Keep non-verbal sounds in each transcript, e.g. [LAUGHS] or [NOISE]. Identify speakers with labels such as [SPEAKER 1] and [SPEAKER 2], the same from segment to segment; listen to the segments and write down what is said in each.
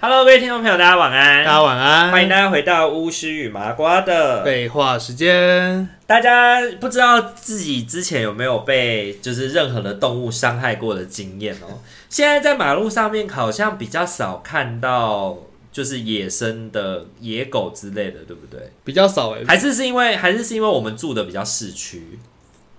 [SPEAKER 1] Hello，各位听众朋友，大家晚安。
[SPEAKER 2] 大家晚安。
[SPEAKER 1] 欢迎大家回到巫师与麻瓜的。
[SPEAKER 2] 废话时间，
[SPEAKER 1] 大家不知道自己之前有没有被就是任何的动物伤害过的经验哦？现在在马路上面好像比较少看到就是野生的野狗之类的，对不对？
[SPEAKER 2] 比较少哎、欸。
[SPEAKER 1] 还是是因为还是是因为我们住的比较市区？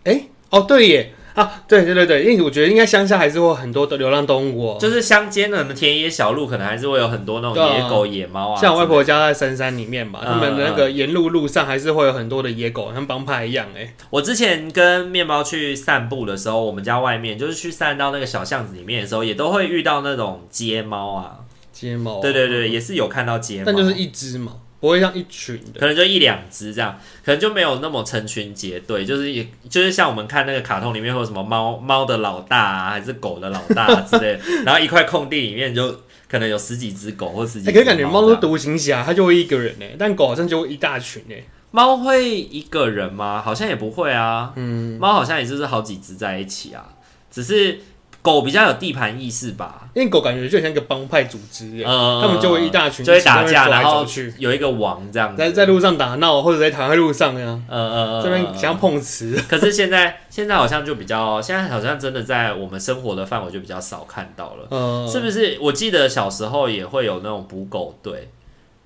[SPEAKER 2] 哎、哦，对耶啊，对对对对，因为我觉得应该乡下还是会有很多的流浪动物、哦，
[SPEAKER 1] 就是乡间的田野小路，可能还是会有很多那种
[SPEAKER 2] 对啊
[SPEAKER 1] 野狗、野猫啊。
[SPEAKER 2] 像我外婆家在深山里面嘛，
[SPEAKER 1] 嗯
[SPEAKER 2] 他们的那个沿路路上还是会有很多的野狗，像帮派一样哎、
[SPEAKER 1] 我之前跟面包去散步的时候，我们家外面就是去散到那个小巷子里面的时候，也都会遇到那种街猫啊。
[SPEAKER 2] 睫毛，
[SPEAKER 1] 对对对，，也是有看到街猫，
[SPEAKER 2] 哦但就是一只嘛，不会像一群的。
[SPEAKER 1] 可能就一两只这样，可能就没有那么成群结队，就是也就是像我们看那个卡通里面会有什么猫猫的老大啊，还是狗的老大、啊、之类的， [LAUGHS] 然后一块空地里面就可能有十几只狗或十几只、
[SPEAKER 2] 哎、可是感觉猫都独行侠，它就会一个人哎、但狗好像就会一大群哎、
[SPEAKER 1] 猫会一个人吗？好像也不会啊。
[SPEAKER 2] 嗯，
[SPEAKER 1] 猫好像也就是好几只在一起啊，只是狗比较有地盘意识吧。
[SPEAKER 2] 因为狗感觉就像一个帮派组织哎、
[SPEAKER 1] 呃
[SPEAKER 2] 他们就会一大群
[SPEAKER 1] 就会打
[SPEAKER 2] 一起在
[SPEAKER 1] 架，
[SPEAKER 2] 那边走来
[SPEAKER 1] 然后
[SPEAKER 2] 走去
[SPEAKER 1] 有一个王这样子，
[SPEAKER 2] 在在路上打闹，或者在躺在路上呀、
[SPEAKER 1] 呃呃呃
[SPEAKER 2] 这边想要。碰瓷，
[SPEAKER 1] 可是现在现在好像就比较，现在好像真的在我们生活的范围就比较少看到了，
[SPEAKER 2] 呃，
[SPEAKER 1] 是不是？我记得小时候也会有那种捕狗队，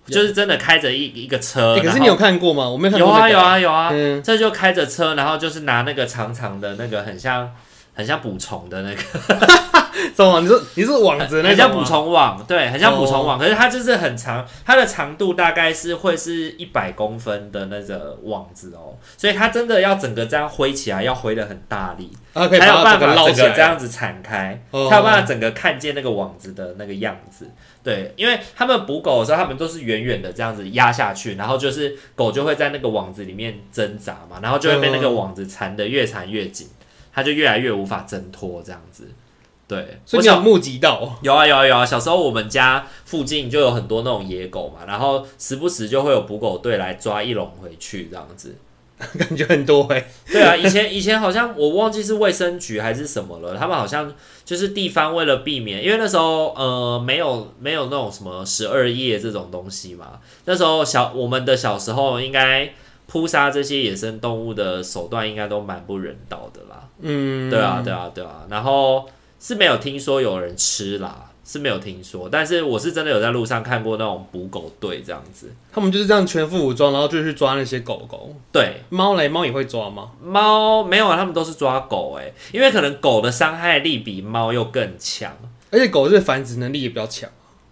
[SPEAKER 2] 有
[SPEAKER 1] 就是真的开着一一个车，
[SPEAKER 2] 欸可
[SPEAKER 1] 呃然后
[SPEAKER 2] 是你有看过吗？我没有看
[SPEAKER 1] 有
[SPEAKER 2] 过、
[SPEAKER 1] 啊有，啊有啊，
[SPEAKER 2] 嗯，
[SPEAKER 1] 这就开着车，然后就是拿那个长长的那个很像很像捕虫的那个。
[SPEAKER 2] 怎么？你说你是网子那
[SPEAKER 1] 很像
[SPEAKER 2] 种啊
[SPEAKER 1] 捕
[SPEAKER 2] 吗？哦
[SPEAKER 1] 虫网，对，很像捕虫网，可是它就是很长，它的长度大概是会是一百公分的那个网子哦，所以它真的要整个这样挥起来，要挥的很大力，
[SPEAKER 2] 然后啊可以
[SPEAKER 1] 才有
[SPEAKER 2] 把它
[SPEAKER 1] 办法
[SPEAKER 2] 整个
[SPEAKER 1] 整
[SPEAKER 2] 捞
[SPEAKER 1] 个
[SPEAKER 2] 起来，
[SPEAKER 1] 这样子铲开，
[SPEAKER 2] 哦
[SPEAKER 1] 才有办法整个看见那个网子的那个样子。对，因为他们捕狗的时候，他们都是远远的这样子压下去，然后就是狗就会在那个网子里面挣扎嘛，然后就会被那个
[SPEAKER 2] 嗯
[SPEAKER 1] 网子缠得越缠越紧，它就越来越无法挣脱这样子。对，
[SPEAKER 2] 所以
[SPEAKER 1] 我
[SPEAKER 2] 你
[SPEAKER 1] 小
[SPEAKER 2] 有目击到 [LAUGHS]
[SPEAKER 1] 有啊有啊有啊！小时候我们家附近就有很多那种野狗嘛，然后时不时就会有捕狗队来抓一笼回去这样子。
[SPEAKER 2] 感觉很多哎、欸，
[SPEAKER 1] 对啊，以前以前好像我忘记是卫生局还是什么了，他们好像就是地方为了避免，因为那时候呃没有没有那种什么十二夜这种东西嘛，那时候小我们的小时候应该扑杀这些野生动物的手段应该都蛮不人道的啦。
[SPEAKER 2] 嗯，
[SPEAKER 1] 对啊，对啊，对啊。然后是没有听说有人吃啦，是没有听说，但是我是真的有在路上看过那种捕狗队这样子。
[SPEAKER 2] 他们就是这样全副武装，然后就去抓那些狗狗，
[SPEAKER 1] 对，
[SPEAKER 2] 猫嘞，猫也会抓吗？
[SPEAKER 1] 猫没有，啊，他们都是抓狗诶、因为可能狗的伤害力比猫又更强，
[SPEAKER 2] 而且狗是繁殖能力也比较强，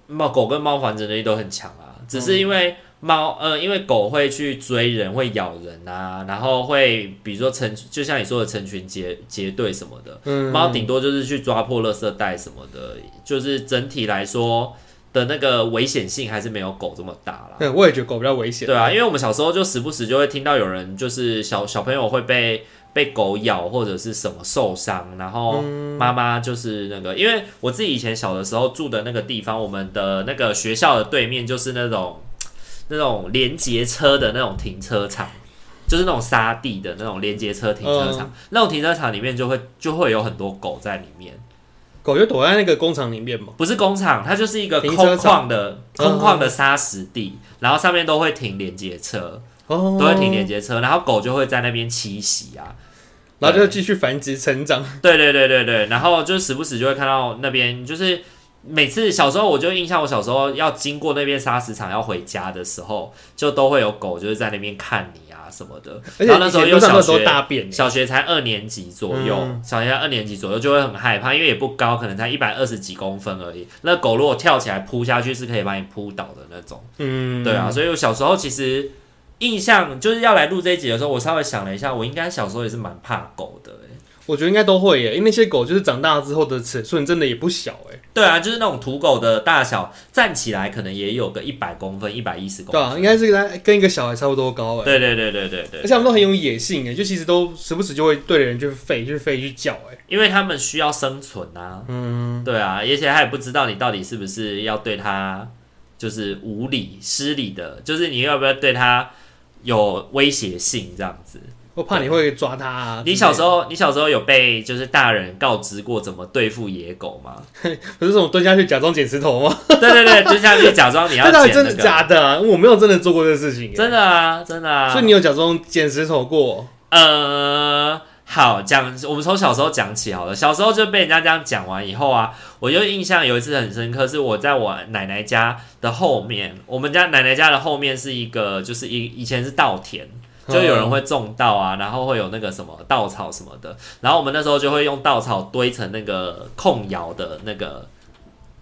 [SPEAKER 1] 猫狗跟猫繁殖能力都很强啊，只是因为。猫呃，因为狗会去追人，会咬人啊，然后会比如说成，就像你说的成群结结队什么的，
[SPEAKER 2] 嗯，
[SPEAKER 1] 猫顶多就是去抓破垃圾袋什么的，就是整体来说的那个危险性还是没有狗这么大啦。
[SPEAKER 2] 嗯，我也觉得狗比较危险，
[SPEAKER 1] 对啊，因为我们小时候就时不时就会听到有人就是小小朋友会被被狗咬或者是什么受伤，然后
[SPEAKER 2] 嗯
[SPEAKER 1] 妈妈就是那个，因为我自己以前小的时候住的那个地方，我们的那个学校的对面就是那种那种连接车的那种停车场。就是那种沙地的那种连接车停车
[SPEAKER 2] 嗯
[SPEAKER 1] 场，那种停车场里面就会就会有很多狗在里面，
[SPEAKER 2] 狗就躲在那个工厂里面嘛，
[SPEAKER 1] 不是工厂，它就是一个
[SPEAKER 2] 停
[SPEAKER 1] 空
[SPEAKER 2] 车
[SPEAKER 1] 旷的空
[SPEAKER 2] 嗯
[SPEAKER 1] 旷的沙石地，然后上面都会停连接车，
[SPEAKER 2] 哦，
[SPEAKER 1] 都会停连接车，然后狗就会在那边栖息啊。
[SPEAKER 2] 然后就继续繁殖成长，
[SPEAKER 1] 对对对对对，然后就时不时就会看到那边，就是每次小时候我就印象，我小时候要经过那边沙石场要回家的时候，就都会有狗就是在那边看你啊什么的。
[SPEAKER 2] 而且
[SPEAKER 1] 然后那时候
[SPEAKER 2] 以前
[SPEAKER 1] 又
[SPEAKER 2] 路上
[SPEAKER 1] 小
[SPEAKER 2] 那时候
[SPEAKER 1] 学。
[SPEAKER 2] 大便欸，
[SPEAKER 1] 小学才二年级左右，
[SPEAKER 2] 嗯
[SPEAKER 1] 小学才二年级左右就会很害怕，因为也不高，可能才一百二十几公分而已。那狗如果跳起来扑下去，是可以把你扑倒的那种。
[SPEAKER 2] 嗯，
[SPEAKER 1] 对啊，，所以我小时候其实印象就是要来录这一集的时候，我稍微想了一下，我应该小时候也是蛮怕狗的、欸。
[SPEAKER 2] 我觉得应该都会耶，因为那些狗就是长大之后的尺寸真的也不小哎。
[SPEAKER 1] 对啊，就是那种土狗的大小，站起来可能也有个一百公分、一百一十公
[SPEAKER 2] 对
[SPEAKER 1] 分。
[SPEAKER 2] 啊，应该是跟它跟一个小孩差不多高哎。
[SPEAKER 1] 对对对对对对
[SPEAKER 2] 而且他们都很有野性哎，就其实都时不时就会对着人就是吠，就是吠，去叫哎。
[SPEAKER 1] 因为他们需要生存啊。嗯，对啊，而且他也不知道你到底是不是要对他就是无理失礼的，就是你要不要对他有威胁性这样子。
[SPEAKER 2] 我怕你会抓它啊。
[SPEAKER 1] 你小时
[SPEAKER 2] 候
[SPEAKER 1] 候，你小时候有被就是大人告知过怎么对付野狗吗？
[SPEAKER 2] 不是这种蹲下去假装捡石头吗？
[SPEAKER 1] [LAUGHS] 对对对，就下去假装你要
[SPEAKER 2] 那到底
[SPEAKER 1] 捡
[SPEAKER 2] [LAUGHS] 真
[SPEAKER 1] 那
[SPEAKER 2] 的
[SPEAKER 1] 个。
[SPEAKER 2] 假的啊？我没有真的做过这个事情耶。
[SPEAKER 1] 真的啊，真的啊。
[SPEAKER 2] 所以你有假装捡石头过？
[SPEAKER 1] 呃，好讲，我们从小时候讲起好了。小时候就被人家这样讲完以后啊，我就印象有一次很深刻，是我在我奶奶家的后面，我们家奶奶家的后面是一个，就是以以前是稻田。就有
[SPEAKER 2] 嗯
[SPEAKER 1] 人会种稻啊，然后会有那个什么稻草什么的，然后我们那时候就会用稻草堆成那个控窑的那个，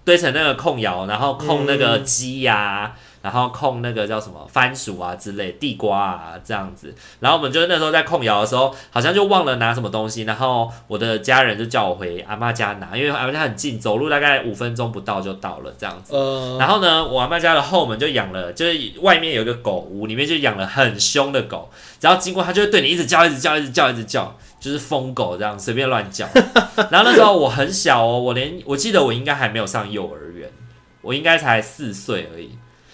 [SPEAKER 1] 堆成那个控窑，然后控那个鸡呀、然后控那个叫什么番薯啊之类，地瓜啊这样子。然后我们就那时候在控窑的时候，好像就忘了拿什么东西，然后我的家人就叫我回阿妈家拿，因为阿妈家很近，走路大概五分钟不到就到了这样子。
[SPEAKER 2] 呃，
[SPEAKER 1] 然后呢，我阿妈家的后门就养了，就是外面有一个狗屋，里面就养了很凶的狗，只要经过它就会对你一直叫，一直叫，一直叫，一直叫，就是疯狗这样随便乱
[SPEAKER 2] [LAUGHS]
[SPEAKER 1] 叫。然后那时候我很小哦，我连我记得我应该还没有上幼儿园，我应该才四岁而已。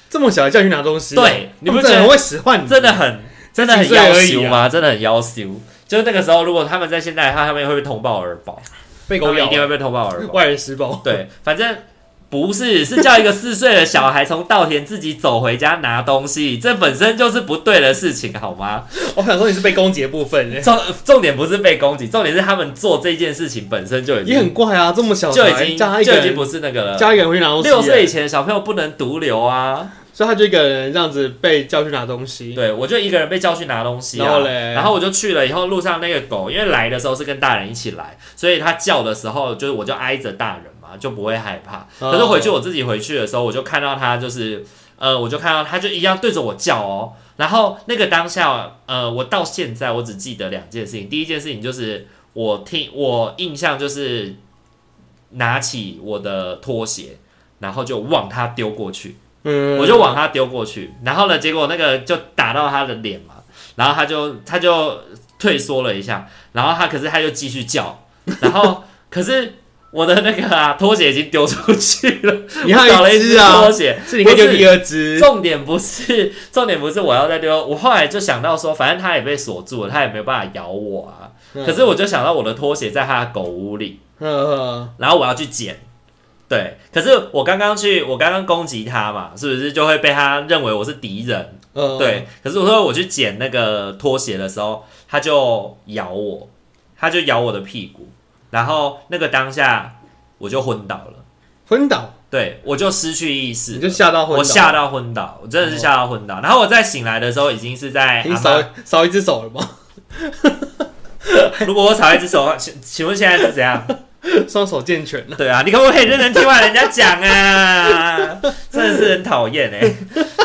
[SPEAKER 2] 这么小就要去拿东西，啊
[SPEAKER 1] 对你
[SPEAKER 2] 他
[SPEAKER 1] 不
[SPEAKER 2] 们
[SPEAKER 1] 觉得
[SPEAKER 2] 真哦的很会使唤你，
[SPEAKER 1] 真的很真的很
[SPEAKER 2] 几岁
[SPEAKER 1] 要
[SPEAKER 2] 而已
[SPEAKER 1] 羞
[SPEAKER 2] 啊
[SPEAKER 1] 吗？真的很要羞。就是那个时候，如果他们在现代的话，他们会被通报而保，
[SPEAKER 2] 被
[SPEAKER 1] 他
[SPEAKER 2] 狗
[SPEAKER 1] 们一
[SPEAKER 2] 咬
[SPEAKER 1] 定，会被通报而保。
[SPEAKER 2] 外人施暴。 [LAUGHS]
[SPEAKER 1] 对，反正不是，是叫一个四岁的小孩从稻田自己走回家拿东西， [LAUGHS] 这本身就是不对的事情，好吗？
[SPEAKER 2] 我想说你是被攻击的部分耶，
[SPEAKER 1] 重重点不是被攻击，重点是他们做这件事情本身就已
[SPEAKER 2] 也
[SPEAKER 1] 经
[SPEAKER 2] 很怪啊，这么小
[SPEAKER 1] 就
[SPEAKER 2] 才
[SPEAKER 1] 已经
[SPEAKER 2] 叫他一
[SPEAKER 1] 就
[SPEAKER 2] 个
[SPEAKER 1] 已经
[SPEAKER 2] 人，
[SPEAKER 1] 不是那个了。
[SPEAKER 2] 叫他一个人回去拿东西耶，
[SPEAKER 1] 呃六岁以前的小朋友不能独留啊！
[SPEAKER 2] 所以他就一个人这样子被叫去拿东西。
[SPEAKER 1] 对，我就一个人被叫去拿东西啊。
[SPEAKER 2] 然后嘞
[SPEAKER 1] 然后我就去了以后，路上那个狗，因为来的时候是跟大人一起来，所以它叫的时候就是我就挨着大人嘛，就不会害怕。
[SPEAKER 2] 哦
[SPEAKER 1] 可是回去我自己回去的时候，我就看到它就是，呃，我就看到它就一样对着我叫哦。然后那个当下，呃，我到现在我只记得两件事情。第一件事情就是我听我印象就是拿起我的拖鞋，然后就往它丢过去。
[SPEAKER 2] 嗯，
[SPEAKER 1] 我就往他丢过去，然后呢，结果那个就打到他的脸嘛，然后他就他就退缩了一下，然后他可是他就继续叫，然后可是我的那个啊拖鞋已经丢出去了，
[SPEAKER 2] 你 [LAUGHS]
[SPEAKER 1] 我
[SPEAKER 2] 还
[SPEAKER 1] 找
[SPEAKER 2] 有
[SPEAKER 1] 了一
[SPEAKER 2] 一只啊
[SPEAKER 1] 拖，鞋，
[SPEAKER 2] 是你可以丢
[SPEAKER 1] 不是
[SPEAKER 2] 第二只，
[SPEAKER 1] 重点不是重点不是我要再丢，我后来就想到说，反正他也被锁住了，他也没有办法咬我啊，可是我就想到我的拖鞋在他的狗屋里，
[SPEAKER 2] 嗯，嗯
[SPEAKER 1] 然后我要去捡。对，可是我刚刚去，我刚刚攻击他嘛，是不是就会被他认为我是敌人？
[SPEAKER 2] 嗯，
[SPEAKER 1] 对，可是我说我去捡那个拖鞋的时候，他就咬我，他就咬我的屁股，然后那个当下我就昏倒了，
[SPEAKER 2] 昏倒，
[SPEAKER 1] 对我就失去意识
[SPEAKER 2] 你
[SPEAKER 1] 了，
[SPEAKER 2] 就吓到昏倒，哦
[SPEAKER 1] 我吓到昏倒，我真的是吓到昏倒。然后我再醒来的时候，已经是在
[SPEAKER 2] 你
[SPEAKER 1] 阿
[SPEAKER 2] 少
[SPEAKER 1] 妈。
[SPEAKER 2] 少一只手了吗？
[SPEAKER 1] 如果我少一只手的 [LAUGHS] 话，请请问现在是怎
[SPEAKER 2] [LAUGHS]
[SPEAKER 1] 样？
[SPEAKER 2] [LAUGHS] 双手健全。
[SPEAKER 1] 对啊，你可不可以认真听完人家讲
[SPEAKER 2] [LAUGHS]
[SPEAKER 1] 啊？真的是很讨厌哎。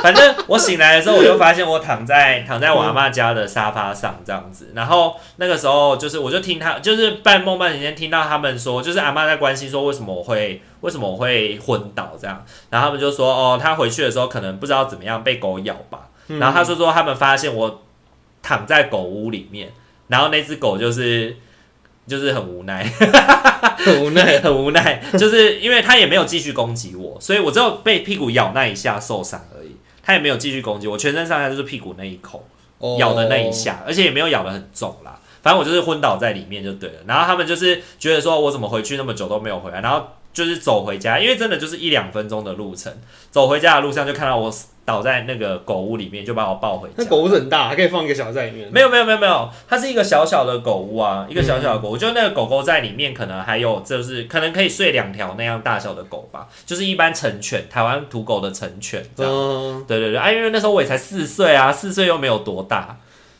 [SPEAKER 1] 反正我醒来的时候，我就发现我躺在躺
[SPEAKER 2] 嗯
[SPEAKER 1] 在我阿妈家的沙发上这样子。然后那个时候就是，我就听他就是半梦半醒间听到他们说，就是阿妈在关心说为什么我会为什么我会昏倒这样。然后他们就说哦，他回去的时候可能不知道怎么样被狗咬吧。
[SPEAKER 2] 嗯
[SPEAKER 1] 然后他就说他们发现我躺在狗屋里面，然后那只狗就是就是很无奈。 [LAUGHS]
[SPEAKER 2] 很无奈，
[SPEAKER 1] 很无奈，就是因为他也没有继续攻击我，所以我只有被屁股咬那一下受伤而已。他也没有继续攻击我，全身上下就是屁股那一口
[SPEAKER 2] 哦
[SPEAKER 1] [LAUGHS] 咬的那一，下，而且也没有咬得很重啦。反正我就是昏倒在里面就对了。然后他们就是觉得说我怎么回去那么久都没有回来，然后就是走回家，因为真的就是一两分钟的路程，走回家的路上就看到我倒在那个狗屋里面，就把我抱回家。
[SPEAKER 2] 那狗不是很大，还可以放一个小孩在里面。
[SPEAKER 1] 没有没有没有没有，它是一个小小的狗屋啊，一个小小的狗
[SPEAKER 2] 嗯
[SPEAKER 1] 屋，就是那个狗狗在里面可能还有就是可能可以睡两条那样大小的狗吧，就是一般成犬，台湾土狗的成犬这样。
[SPEAKER 2] 嗯，
[SPEAKER 1] 对对对，啊，因为那时候我也才四岁啊，四岁又没有多大，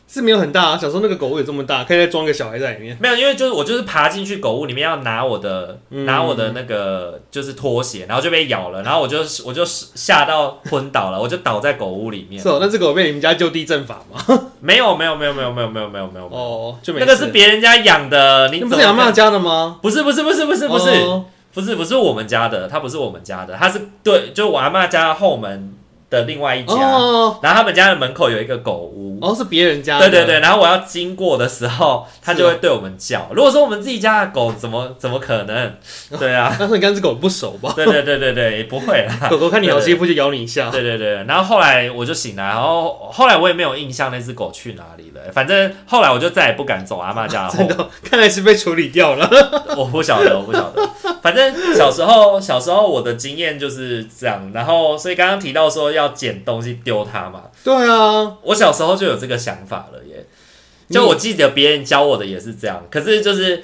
[SPEAKER 2] 是没有很大啊。小时候那个狗窝有这么大，可以再装个小孩在里面。
[SPEAKER 1] 没有，因为就是我就是爬进去狗屋里面要拿我的、
[SPEAKER 2] 嗯
[SPEAKER 1] 拿我的那个就是拖鞋，然后就被咬了，然后我就我就吓到昏倒了，我就倒在狗屋里面
[SPEAKER 2] 是。哦，那只狗被你们家就地正法吗？
[SPEAKER 1] 没有没有没有没有没有没有没有没有，
[SPEAKER 2] 哦，就没
[SPEAKER 1] 那
[SPEAKER 2] 事。
[SPEAKER 1] 个是别人家养的，你
[SPEAKER 2] 那
[SPEAKER 1] 怎
[SPEAKER 2] 不
[SPEAKER 1] 么
[SPEAKER 2] 是阿妈
[SPEAKER 1] 可？
[SPEAKER 2] 家的吗？
[SPEAKER 1] 不是不是不是不是不是、
[SPEAKER 2] 哦
[SPEAKER 1] 不是不是我们家的，它不是我们家的，它是对，就我阿嬷家后门的另外一家，
[SPEAKER 2] 哦
[SPEAKER 1] 然后他们家的门口有一个狗屋。
[SPEAKER 2] 哦，是别人家的。
[SPEAKER 1] 对对对，然后我要经过的时候，它
[SPEAKER 2] 啊
[SPEAKER 1] 就会对我们叫。如果说我们自己家的狗，怎么怎么可
[SPEAKER 2] [LAUGHS]
[SPEAKER 1] 能？对啊，
[SPEAKER 2] 但是你跟这狗不熟吧？
[SPEAKER 1] 对对对对 [LAUGHS] 对，也不会啦。
[SPEAKER 2] [LAUGHS] 狗狗看你好欺负就咬你一下。
[SPEAKER 1] 对对对，然后后来我就醒来，然后后来我也没有印象那只狗去哪里了。反正后来我就再也不敢走阿嬷家的后
[SPEAKER 2] [LAUGHS] 真的哦，看来是被处理掉了。
[SPEAKER 1] [LAUGHS] 我不晓得，我不晓得。反正小时候，小时候我的经验就是这样。然后，所以刚刚提到说要捡东西丢它嘛，
[SPEAKER 2] 对啊，
[SPEAKER 1] 我小时候就有这个想法了耶。
[SPEAKER 2] 你
[SPEAKER 1] 就我记得别人教我的也是这样，可是就是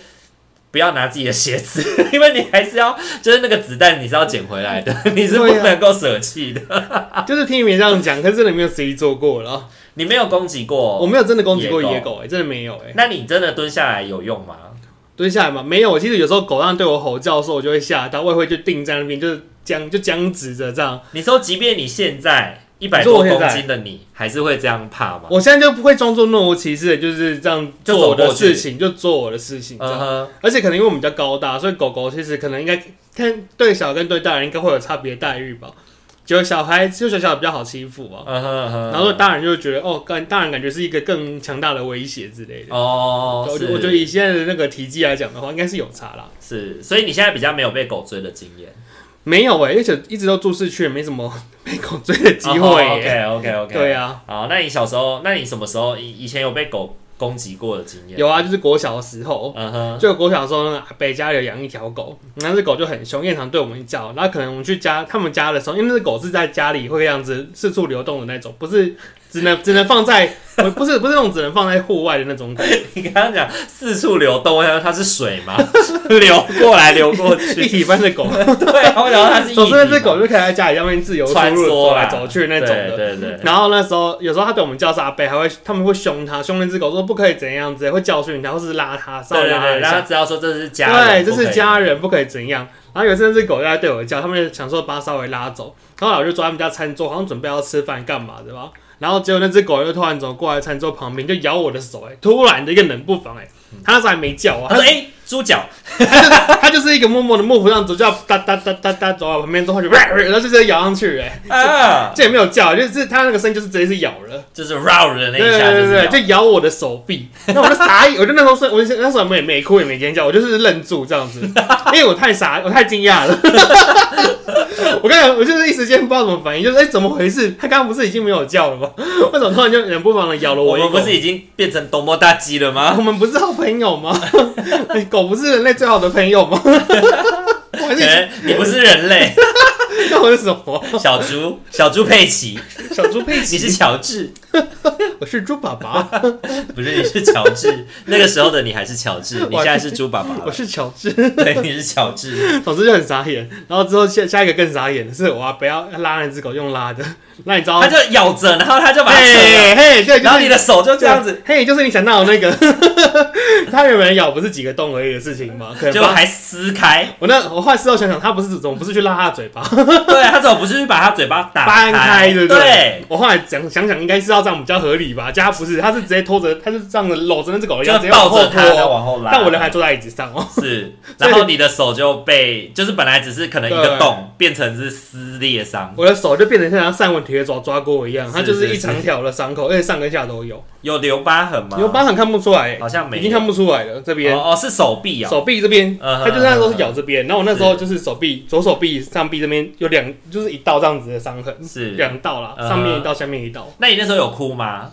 [SPEAKER 1] 不要拿自己的鞋子， [LAUGHS] 因为你还是要，就是那个子弹你是要捡回来的，你是不
[SPEAKER 2] 对啊
[SPEAKER 1] 能够舍弃的。
[SPEAKER 2] [LAUGHS] 就是听你们这样讲，可是真的没有实际做过了。
[SPEAKER 1] 你没有攻击过，
[SPEAKER 2] 我没有真的攻击过
[SPEAKER 1] 哦野
[SPEAKER 2] 野
[SPEAKER 1] 狗
[SPEAKER 2] 狗，哎，真的没有，哎，
[SPEAKER 1] 那你真的蹲下来有用吗？
[SPEAKER 2] 蹲下来嘛，没有。其实有时候狗让对我吼叫的时候，我就会吓到，我也会就定在那边，就是僵就僵直着这样。
[SPEAKER 1] 你说，即便你现在一百
[SPEAKER 2] 你说
[SPEAKER 1] 多
[SPEAKER 2] 我现
[SPEAKER 1] 公
[SPEAKER 2] 在
[SPEAKER 1] 斤的你，还是会这样怕吗？
[SPEAKER 2] 我现在就不会装作若无其事的，就是这样
[SPEAKER 1] 就
[SPEAKER 2] 做
[SPEAKER 1] 走
[SPEAKER 2] 我的
[SPEAKER 1] 过去
[SPEAKER 2] 事情，就做我的事情这样
[SPEAKER 1] 嗯。哼。
[SPEAKER 2] 而且可能因为我们比较高大，所以狗狗其实可能应该看对小跟对大人应该会有差别待遇吧。就小孩就小小比较好欺负嘛，
[SPEAKER 1] 嗯哼嗯哼，
[SPEAKER 2] 然后大人就会觉得哦，感大人感觉是一个更强大的威胁之类的。
[SPEAKER 1] 哦，
[SPEAKER 2] 我
[SPEAKER 1] 是
[SPEAKER 2] 我觉得以现在的那个体积来讲的话，应该是有差啦。
[SPEAKER 1] 是，所以你现在比较没有被狗追的经验，
[SPEAKER 2] 没有哎、而且一直都住市区，也没什么 [LAUGHS] 被狗追的机会耶、
[SPEAKER 1] OK OK OK，
[SPEAKER 2] 对啊，
[SPEAKER 1] 哦好，那你小时候，那你什么时候以以前有被狗攻击过的经验？
[SPEAKER 2] 有啊，就是国小的时候，
[SPEAKER 1] 嗯哼， [LAUGHS]
[SPEAKER 2] 就国小的时候呢，阿北家里有养一条狗，那只狗就很凶，夜常对我们叫。然后可能我们去家他们家的时候，因为那只狗是在家里会这样子四处流动的那种，不是
[SPEAKER 1] [LAUGHS]
[SPEAKER 2] 只能只能放在不不是不是那种只能放在户外的那种狗，
[SPEAKER 1] 你刚刚讲四处流动，我想说它是水
[SPEAKER 2] [LAUGHS]
[SPEAKER 1] 吗？流过来流过
[SPEAKER 2] 一
[SPEAKER 1] [LAUGHS]
[SPEAKER 2] [LAUGHS]
[SPEAKER 1] 去，
[SPEAKER 2] 体般的狗。
[SPEAKER 1] 对啊，我想说它是一体嘛，
[SPEAKER 2] 总之那只狗就可以在家里上面自由出
[SPEAKER 1] 穿
[SPEAKER 2] 入、
[SPEAKER 1] 梭
[SPEAKER 2] 走
[SPEAKER 1] 啦
[SPEAKER 2] 来走去那种
[SPEAKER 1] 对
[SPEAKER 2] 的。
[SPEAKER 1] 对
[SPEAKER 2] [LAUGHS]
[SPEAKER 1] 对，
[SPEAKER 2] 然后那时候有时候它对我们叫是阿贝，还会他们会凶它，凶那只狗说不可以怎样子，会教训它，或是拉它，稍
[SPEAKER 1] 对
[SPEAKER 2] 微
[SPEAKER 1] 对
[SPEAKER 2] 拉它
[SPEAKER 1] 对，
[SPEAKER 2] 一
[SPEAKER 1] 让它
[SPEAKER 2] 下。
[SPEAKER 1] 知道说这是家
[SPEAKER 2] 对，
[SPEAKER 1] 人，
[SPEAKER 2] 这
[SPEAKER 1] 不
[SPEAKER 2] 是
[SPEAKER 1] 可以
[SPEAKER 2] 家人，不可以怎样。然后有一次那只狗在对我叫，他们就想说把它稍微拉走，然后老师就抓他们家餐桌，好像准备要吃饭干嘛的吧。然后结果那只狗又突然走过来餐桌旁边，就咬我的手、哎，突然的一个冷不防、哎，
[SPEAKER 1] 嗯
[SPEAKER 2] 它那时候还没叫啊，
[SPEAKER 1] 他说：“哎，猪脚，
[SPEAKER 2] 它就是一个默默的默不让走，就要哒哒哒哒哒走到我旁边之后就， [LAUGHS] 然后就直接咬上去、哎，
[SPEAKER 1] 啊，
[SPEAKER 2] 这也没有叫，就是它那个声音就是直接是咬了。
[SPEAKER 1] 就是 row 的那
[SPEAKER 2] 对
[SPEAKER 1] 一下，就
[SPEAKER 2] 对
[SPEAKER 1] 是
[SPEAKER 2] 对，
[SPEAKER 1] 这样
[SPEAKER 2] 就咬我的手臂， [LAUGHS] 那我就傻眼，我就那时候是，我就那时候也没哭也没尖叫，我就是愣住这 [LAUGHS] 样子，因为我太傻，我太惊讶了。 [LAUGHS] 我刚才我就是一时间不知道怎么反应，就是哎、怎么回事？他刚刚不是已经没有叫了吗？ [LAUGHS] 为什么突然就冷不防的咬了
[SPEAKER 1] 我
[SPEAKER 2] 我一口？
[SPEAKER 1] 们不是已经变成多么大鸡了吗？
[SPEAKER 2] 啊我们不是好朋友 [LAUGHS] 吗？哎狗不是人类最好的朋友 [LAUGHS] 吗？我还
[SPEAKER 1] 可
[SPEAKER 2] 是
[SPEAKER 1] 能 [LAUGHS] 你不是人类，
[SPEAKER 2] 那我是什么？
[SPEAKER 1] 小猪，小猪佩奇，
[SPEAKER 2] 小猪佩
[SPEAKER 1] 你是
[SPEAKER 2] 奇，
[SPEAKER 1] 乔治，
[SPEAKER 2] 我是猪爸爸， [LAUGHS]
[SPEAKER 1] 不是你是乔治。那个时候的你还是乔治，你现在是猪爸爸
[SPEAKER 2] 我
[SPEAKER 1] 了。
[SPEAKER 2] 是乔治。
[SPEAKER 1] 对，你是乔治。
[SPEAKER 2] 总之就很傻眼，然后之后下下一个更傻眼，是我啊不要拉那只狗用拉的，那你知道
[SPEAKER 1] 他？就咬着，然后他就把它扯了，
[SPEAKER 2] 嘿嘿，哦对，
[SPEAKER 1] 然后你
[SPEAKER 2] 的
[SPEAKER 1] 的手就这样子，，
[SPEAKER 2] 嘿，就是你想到的那个， [LAUGHS] 它原本咬不是几个洞而已的事情嘛，可
[SPEAKER 1] 结
[SPEAKER 2] 能
[SPEAKER 1] 果
[SPEAKER 2] 吧。
[SPEAKER 1] 还撕开。
[SPEAKER 2] 我那我后来事后想想，它不是怎么不是去拉它的嘴巴
[SPEAKER 1] 对，他怎么不是去把他嘴巴打
[SPEAKER 2] [LAUGHS] 掰开，
[SPEAKER 1] 对
[SPEAKER 2] 对不对？我后来想想想，应该是要这样比较合理吧。就它不是，它是直接拖着，它是这样子搂着那只狗的腰，
[SPEAKER 1] 就
[SPEAKER 2] 直接
[SPEAKER 1] 抱
[SPEAKER 2] 往后
[SPEAKER 1] 着他，然后
[SPEAKER 2] 拖。
[SPEAKER 1] 往后拉。
[SPEAKER 2] 但我人还坐在椅子上哦，
[SPEAKER 1] 是，
[SPEAKER 2] [LAUGHS]
[SPEAKER 1] 然后你的手就被，就是本来只是可能一个洞，变成是撕裂伤，
[SPEAKER 2] 我的手就变成像三文铁爪抓过一样，它
[SPEAKER 1] 是
[SPEAKER 2] 就是
[SPEAKER 1] 是
[SPEAKER 2] 一长条的伤口，而且上跟下都有，
[SPEAKER 1] 有留疤痕吗？
[SPEAKER 2] 有疤痕看不出来、欸
[SPEAKER 1] 好像没有，
[SPEAKER 2] 已经看不出来了，这边、
[SPEAKER 1] 哦哦，是手臂啊、
[SPEAKER 2] 手臂这边，
[SPEAKER 1] 嗯哼嗯
[SPEAKER 2] 他就是那时候是咬这边，然后我那时候就是手臂左手臂上臂这边有两，就是一道这样子的伤痕，
[SPEAKER 1] 是。
[SPEAKER 2] 两道啦，
[SPEAKER 1] 嗯哼
[SPEAKER 2] 上面一道，下面一道。
[SPEAKER 1] 那你那时候有哭吗？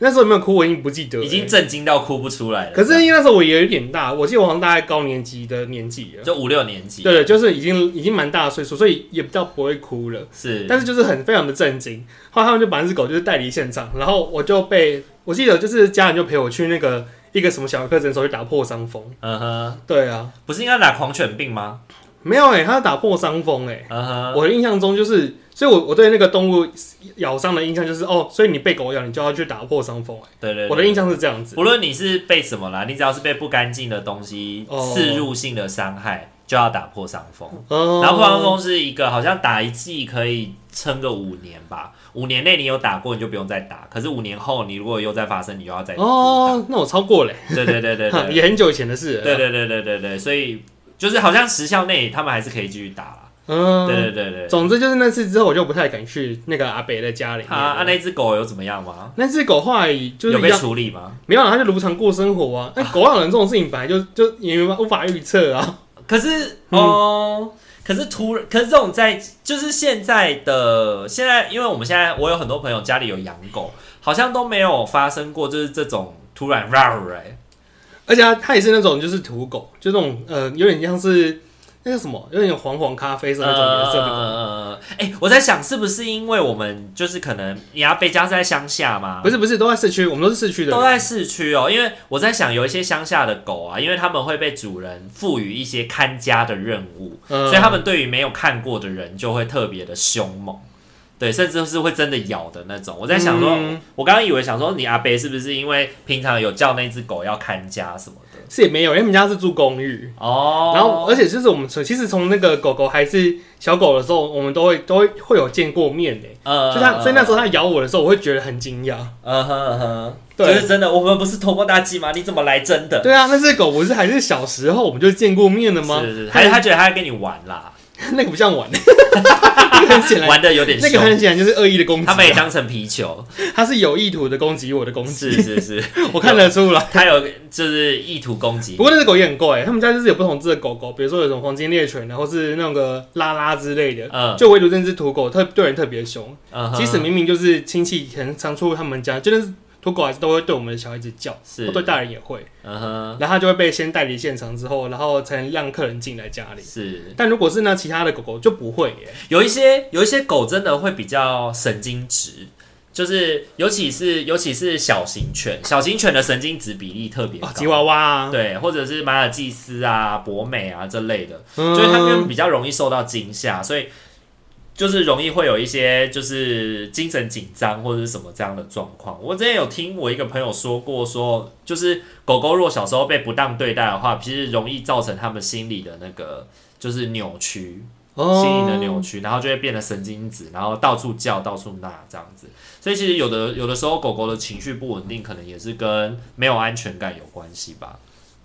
[SPEAKER 2] 那时候有没有哭，我已经不记得了，
[SPEAKER 1] 已经震惊到哭不出来了。
[SPEAKER 2] 嗯可是因为那时候我也有点大，我记得我好像大概高年级的年纪了，
[SPEAKER 1] 就五六年级，
[SPEAKER 2] 对对，就是已经已经蛮大的岁数，所以也比较不会哭了。
[SPEAKER 1] 是，
[SPEAKER 2] 但是就是很非常的震惊。后来他们就把那只狗就是带离现场，然后我就被我记得就是家人就陪我去那个一个什么小儿科诊所去打破伤风。
[SPEAKER 1] 嗯哼，
[SPEAKER 2] 对啊，
[SPEAKER 1] 不是应该打狂犬病吗？
[SPEAKER 2] 没有哎、欸，它打破伤风哎、
[SPEAKER 1] 嗯哼，
[SPEAKER 2] 我的印象中就是，所以我我对那个动物咬伤的印象就是，哦，所以你被狗咬，你就要去打破伤风、欸。
[SPEAKER 1] 对对对，
[SPEAKER 2] 我的印象是这样子。
[SPEAKER 1] 不论你是被什么啦，你只要是被不干净的东西
[SPEAKER 2] 哦
[SPEAKER 1] 刺入性的伤害，就要打破伤风。
[SPEAKER 2] 哦，
[SPEAKER 1] 然后破伤风是一个好像打一剂可以撑个五年吧，五年内你有打过你就不用再打，可是五年后你如果又再发生，你就要再
[SPEAKER 2] 哦，那我超过嘞、
[SPEAKER 1] 打。对对对
[SPEAKER 2] [LAUGHS]
[SPEAKER 1] 对
[SPEAKER 2] 欸，
[SPEAKER 1] 对
[SPEAKER 2] 也很久以前的事了。
[SPEAKER 1] 对对对对对对，所以就是好像时效内他们还是可以继续打啦。
[SPEAKER 2] 嗯，
[SPEAKER 1] 对对对对，
[SPEAKER 2] 总之就是那次之后，我就不太敢去那个阿北的家里面。
[SPEAKER 1] 啊啊那只狗有怎么样吗？
[SPEAKER 2] 那只狗后来就是
[SPEAKER 1] 有
[SPEAKER 2] 一
[SPEAKER 1] 被
[SPEAKER 2] 样，
[SPEAKER 1] 处理吗？
[SPEAKER 2] 没有啊啦，它就如常过生活啊。那、狗咬人这种事情本来就就也没办法无法预测啊。 [LAUGHS]
[SPEAKER 1] 可是哦。可是突然，可是这种在就是现在的现在，因为我们现在我有很多朋友家里有养狗，好像都没有发生过就是这种突然 r 哎、
[SPEAKER 2] 而且它它也是那种就是土狗，就那种呃有点像是那个什么，有点黄黄咖啡色那种颜色的狗。
[SPEAKER 1] 呃，哎、我在想是不是因为我们就是可能你要贝加是在乡下嘛，
[SPEAKER 2] 不是不是，都在市区，我们都是市区的人。
[SPEAKER 1] 都在市区哦。因为我在想有一些乡下的狗啊，因为他们会被主人赋予一些看家的任务，
[SPEAKER 2] 嗯
[SPEAKER 1] 所以他们对于没有看过的人就会特别的凶猛。对，甚至是会真的咬的那种。我在想说，
[SPEAKER 2] 嗯
[SPEAKER 1] 我刚刚以为想说你阿贝是不是因为平常有叫那只狗要看家什么的
[SPEAKER 2] 是也没有，因为我们家是住公寓，
[SPEAKER 1] 哦，
[SPEAKER 2] 然后而且就是我们从其实从那个狗狗还是小狗的时候，我们都会都会会有见过面的、
[SPEAKER 1] 呃，
[SPEAKER 2] 就它，所以那时候它咬我的时候，我会觉得很惊讶。
[SPEAKER 1] 嗯哼嗯哼，
[SPEAKER 2] 呃对
[SPEAKER 1] 就是真的，我们不是偷摸大鸡吗？你怎么来真的？
[SPEAKER 2] 对啊，那只狗不是还是小时候我们就见过面了吗？
[SPEAKER 1] 是是，还是他觉得他在跟你玩啦，
[SPEAKER 2] [LAUGHS] 那个不像玩，那个很显然，
[SPEAKER 1] 玩的有点
[SPEAKER 2] 那个
[SPEAKER 1] 凶，
[SPEAKER 2] 很显然就是恶意的攻击
[SPEAKER 1] 他把你
[SPEAKER 2] 啊，
[SPEAKER 1] 当成皮
[SPEAKER 2] [LAUGHS]
[SPEAKER 1] 球，
[SPEAKER 2] 他是有意图的攻击我的攻击，
[SPEAKER 1] 是是是，
[SPEAKER 2] 我看得出来。
[SPEAKER 1] 他有就是意图攻击
[SPEAKER 2] 不，过那只狗也很怪、他们家就是有不同只的狗狗，比如说有种黄金猎犬啊，或是那个拉拉之类的，
[SPEAKER 1] 嗯
[SPEAKER 2] 就唯独这只土狗特对人特别凶。
[SPEAKER 1] 嗯哼，
[SPEAKER 2] 即使明明就是亲戚很常出入他们家，就那只土狗还是都会对我们的小孩子叫，
[SPEAKER 1] 是
[SPEAKER 2] 或对大人也会，
[SPEAKER 1] 嗯哼
[SPEAKER 2] 然后它就会被先带离现场之后，然后才能让客人进来家里。
[SPEAKER 1] 是，
[SPEAKER 2] 但如果是呢，其他的狗狗就不会耶。
[SPEAKER 1] 有一些有一些狗真的会比较神经质。就是，尤其是尤其是小型犬，小型犬的神经质比例特别
[SPEAKER 2] 哦
[SPEAKER 1] 高，，
[SPEAKER 2] 吉娃娃啊，
[SPEAKER 1] 对，或者是马尔济斯啊、博美啊这类的，
[SPEAKER 2] 嗯
[SPEAKER 1] 就是他们比较容易受到惊吓，所以就是容易会有一些就是精神紧张或者是什么这样的状况。我之前有听我一个朋友说过说就是狗狗如果小时候被不当对待的话，其实容易造成他们心理的那个就是扭曲，
[SPEAKER 2] 哦
[SPEAKER 1] 心理的扭曲，然后就会变得神经质，然后到处叫、到处闹这样子。所以其实有的有的时候狗狗的情绪不稳定，可能也是跟没有安全感有关系吧。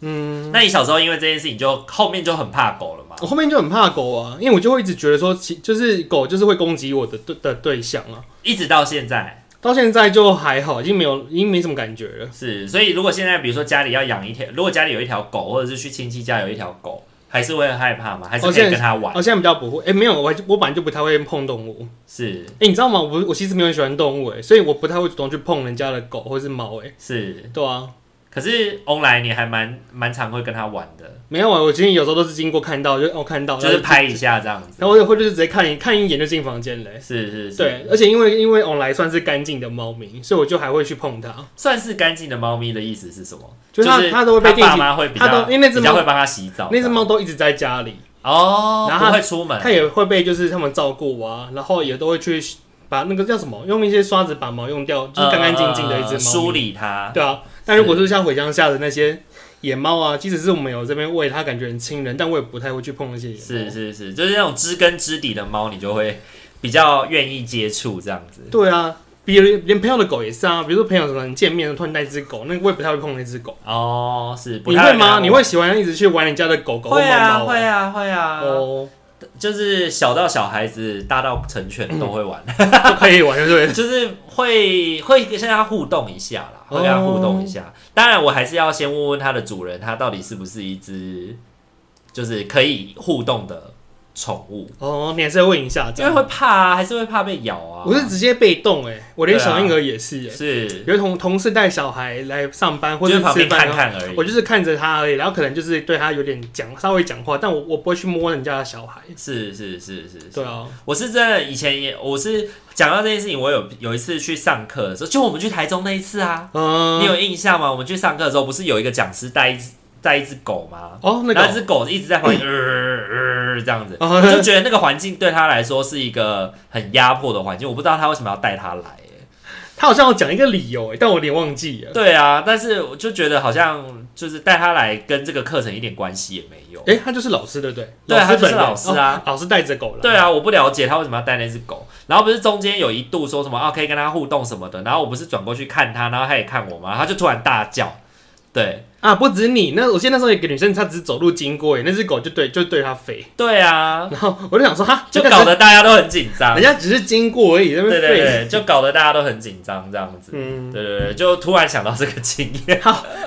[SPEAKER 2] 嗯，
[SPEAKER 1] 那你小时候因为这件事情就后面就很怕狗了嘛？
[SPEAKER 2] 我后面就很怕狗啊，因为我就会一直觉得说，其就是狗就是会攻击我的对的对象啊。
[SPEAKER 1] 一直到现在
[SPEAKER 2] 到现在就还好，已经没有，已经没什么感觉了。
[SPEAKER 1] 是，所以如果现在比如说家里要养一条，如果家里有一条狗，或者是去亲戚家有一条狗，还是会害怕吗？还是
[SPEAKER 2] 哦
[SPEAKER 1] 可
[SPEAKER 2] 现
[SPEAKER 1] 以
[SPEAKER 2] 在
[SPEAKER 1] 跟它玩？
[SPEAKER 2] 哦，现在比较不会，哎、没有，我还我本来就不太会碰动物。
[SPEAKER 1] 是
[SPEAKER 2] 哎、你知道吗？我我其实没有很喜欢动物、哎，所以我不太会主动去碰人家的狗或是猫，哎，
[SPEAKER 1] 是，
[SPEAKER 2] 对啊，
[SPEAKER 1] 可是翁来你还蛮蛮常会跟它玩的，
[SPEAKER 2] 没有啊，我今天有时候都是经过看到就哦看到，
[SPEAKER 1] 就是拍一下这样子。
[SPEAKER 2] 然后，然后我或者是直接看一看一眼就进房间嘞、哎
[SPEAKER 1] 是是是，
[SPEAKER 2] 对，，而且因为因为 o 来算是干净的猫咪，所以我就还会去碰它。
[SPEAKER 1] 算是干净的猫咪的意思是什么？
[SPEAKER 2] 就是它
[SPEAKER 1] 是
[SPEAKER 2] 它都会被
[SPEAKER 1] 它
[SPEAKER 2] 定
[SPEAKER 1] 爸
[SPEAKER 2] 期
[SPEAKER 1] 妈会啊比较，
[SPEAKER 2] 它都因为那只
[SPEAKER 1] 比较
[SPEAKER 2] 猫
[SPEAKER 1] 会帮它洗澡，
[SPEAKER 2] 那只猫都一直在家里，
[SPEAKER 1] 哦，
[SPEAKER 2] 然后
[SPEAKER 1] 不
[SPEAKER 2] 它
[SPEAKER 1] 会出门，
[SPEAKER 2] 它也会被就是他们照顾啊，然后也都会去把那个叫什么，用一些刷子把毛用掉，就是干干净净的一只
[SPEAKER 1] 呃
[SPEAKER 2] 猫
[SPEAKER 1] 嗯梳
[SPEAKER 2] 咪。
[SPEAKER 1] 理它，
[SPEAKER 2] 对啊，但如果是像回乡下的那些野猫啊，即使是我们有这边喂它，感觉很亲人，但我也不太会去碰那些野猫。
[SPEAKER 1] 是是是，就是那种知根知底的猫，你就会比较愿意接触这样子。
[SPEAKER 2] 对啊，比如连朋友的狗也是啊，比如说朋友可能见面突然带只狗，那我也不太会碰那只狗。
[SPEAKER 1] 哦，是，不
[SPEAKER 2] 你
[SPEAKER 1] 太
[SPEAKER 2] 会吗？
[SPEAKER 1] 跟它玩
[SPEAKER 2] 你会喜欢一直去玩人家的狗狗或
[SPEAKER 1] 会
[SPEAKER 2] 猫
[SPEAKER 1] 啊，
[SPEAKER 2] 猫？
[SPEAKER 1] 会啊，会啊，
[SPEAKER 2] 哦，
[SPEAKER 1] 就是小到小孩子，大到成
[SPEAKER 2] 嗯
[SPEAKER 1] 犬都会玩，
[SPEAKER 2] 都可以玩，对不对？
[SPEAKER 1] 就是会会跟他互动一下啦，会跟他互动一下。
[SPEAKER 2] 哦
[SPEAKER 1] 当然，我还是要先问问它的主人，它到底是不是一只就是可以互动的宠物，
[SPEAKER 2] 哦，你还是要问一下，这
[SPEAKER 1] 因为
[SPEAKER 2] 样
[SPEAKER 1] 会怕啊，还是会怕被咬啊。
[SPEAKER 2] 我是直接被动哎、我连
[SPEAKER 1] 对啊
[SPEAKER 2] 小婴儿也是哎、
[SPEAKER 1] 是，
[SPEAKER 2] 有同同事带小孩来上班或
[SPEAKER 1] 就
[SPEAKER 2] 者
[SPEAKER 1] 是
[SPEAKER 2] 是
[SPEAKER 1] 旁
[SPEAKER 2] 吃
[SPEAKER 1] 边
[SPEAKER 2] 饭
[SPEAKER 1] 看
[SPEAKER 2] 然后，
[SPEAKER 1] 看而已
[SPEAKER 2] 我。就是看着他而已，然后可能就是对他有点讲稍微讲话，但我我不会去摸人家的小孩。
[SPEAKER 1] 是是是是是，
[SPEAKER 2] 对啊，
[SPEAKER 1] 我是真的以前也，我是讲到这件事情，我有有一次去上课的时候，就我们去台中那一次啊，
[SPEAKER 2] 嗯，
[SPEAKER 1] 你有印象吗？我们去上课的时候，不是有一个讲师带一在一只狗吗？
[SPEAKER 2] 哦，那
[SPEAKER 1] 那
[SPEAKER 2] 个
[SPEAKER 1] 只狗一直在
[SPEAKER 2] [LAUGHS]
[SPEAKER 1] 环境、呃呃呃这样子，
[SPEAKER 2] 哦
[SPEAKER 1] 我就觉得那个环境对他来说是一个很压迫的环境。我不知道他为什么要带它来、欸
[SPEAKER 2] 他好像有讲一个理由、欸，但我有点忘记了。
[SPEAKER 1] 对啊，但是我就觉得好像就是带它来跟这个课程一点关系也没有。
[SPEAKER 2] 哎、他就是老师，对不对？
[SPEAKER 1] 对啊
[SPEAKER 2] 老师本
[SPEAKER 1] 他就是
[SPEAKER 2] 人
[SPEAKER 1] 老师啊
[SPEAKER 2] 哦老师带着狗来。
[SPEAKER 1] 对啊，我不了解他为什么要带那只狗。然后不是中间有一度说什么啊，可以跟他互动什么的。然后我不是转过去看他，然后他也看我嘛，他就突然大叫。对
[SPEAKER 2] 啊，不止你，那我记得那时候有个女生，她只是走路经过，哎，那只狗就对就对她吠， [LAUGHS]
[SPEAKER 1] 对啊，
[SPEAKER 2] 然后我就想说哈，
[SPEAKER 1] 就
[SPEAKER 2] 那
[SPEAKER 1] 搞
[SPEAKER 2] 个
[SPEAKER 1] 得大家都很紧张
[SPEAKER 2] 人。家只是经过而已，在那
[SPEAKER 1] 对
[SPEAKER 2] 边
[SPEAKER 1] 对
[SPEAKER 2] 吠。
[SPEAKER 1] 对，就搞得大家都很紧张这样子。
[SPEAKER 2] 嗯，
[SPEAKER 1] 对对对，就突然想到这个经验。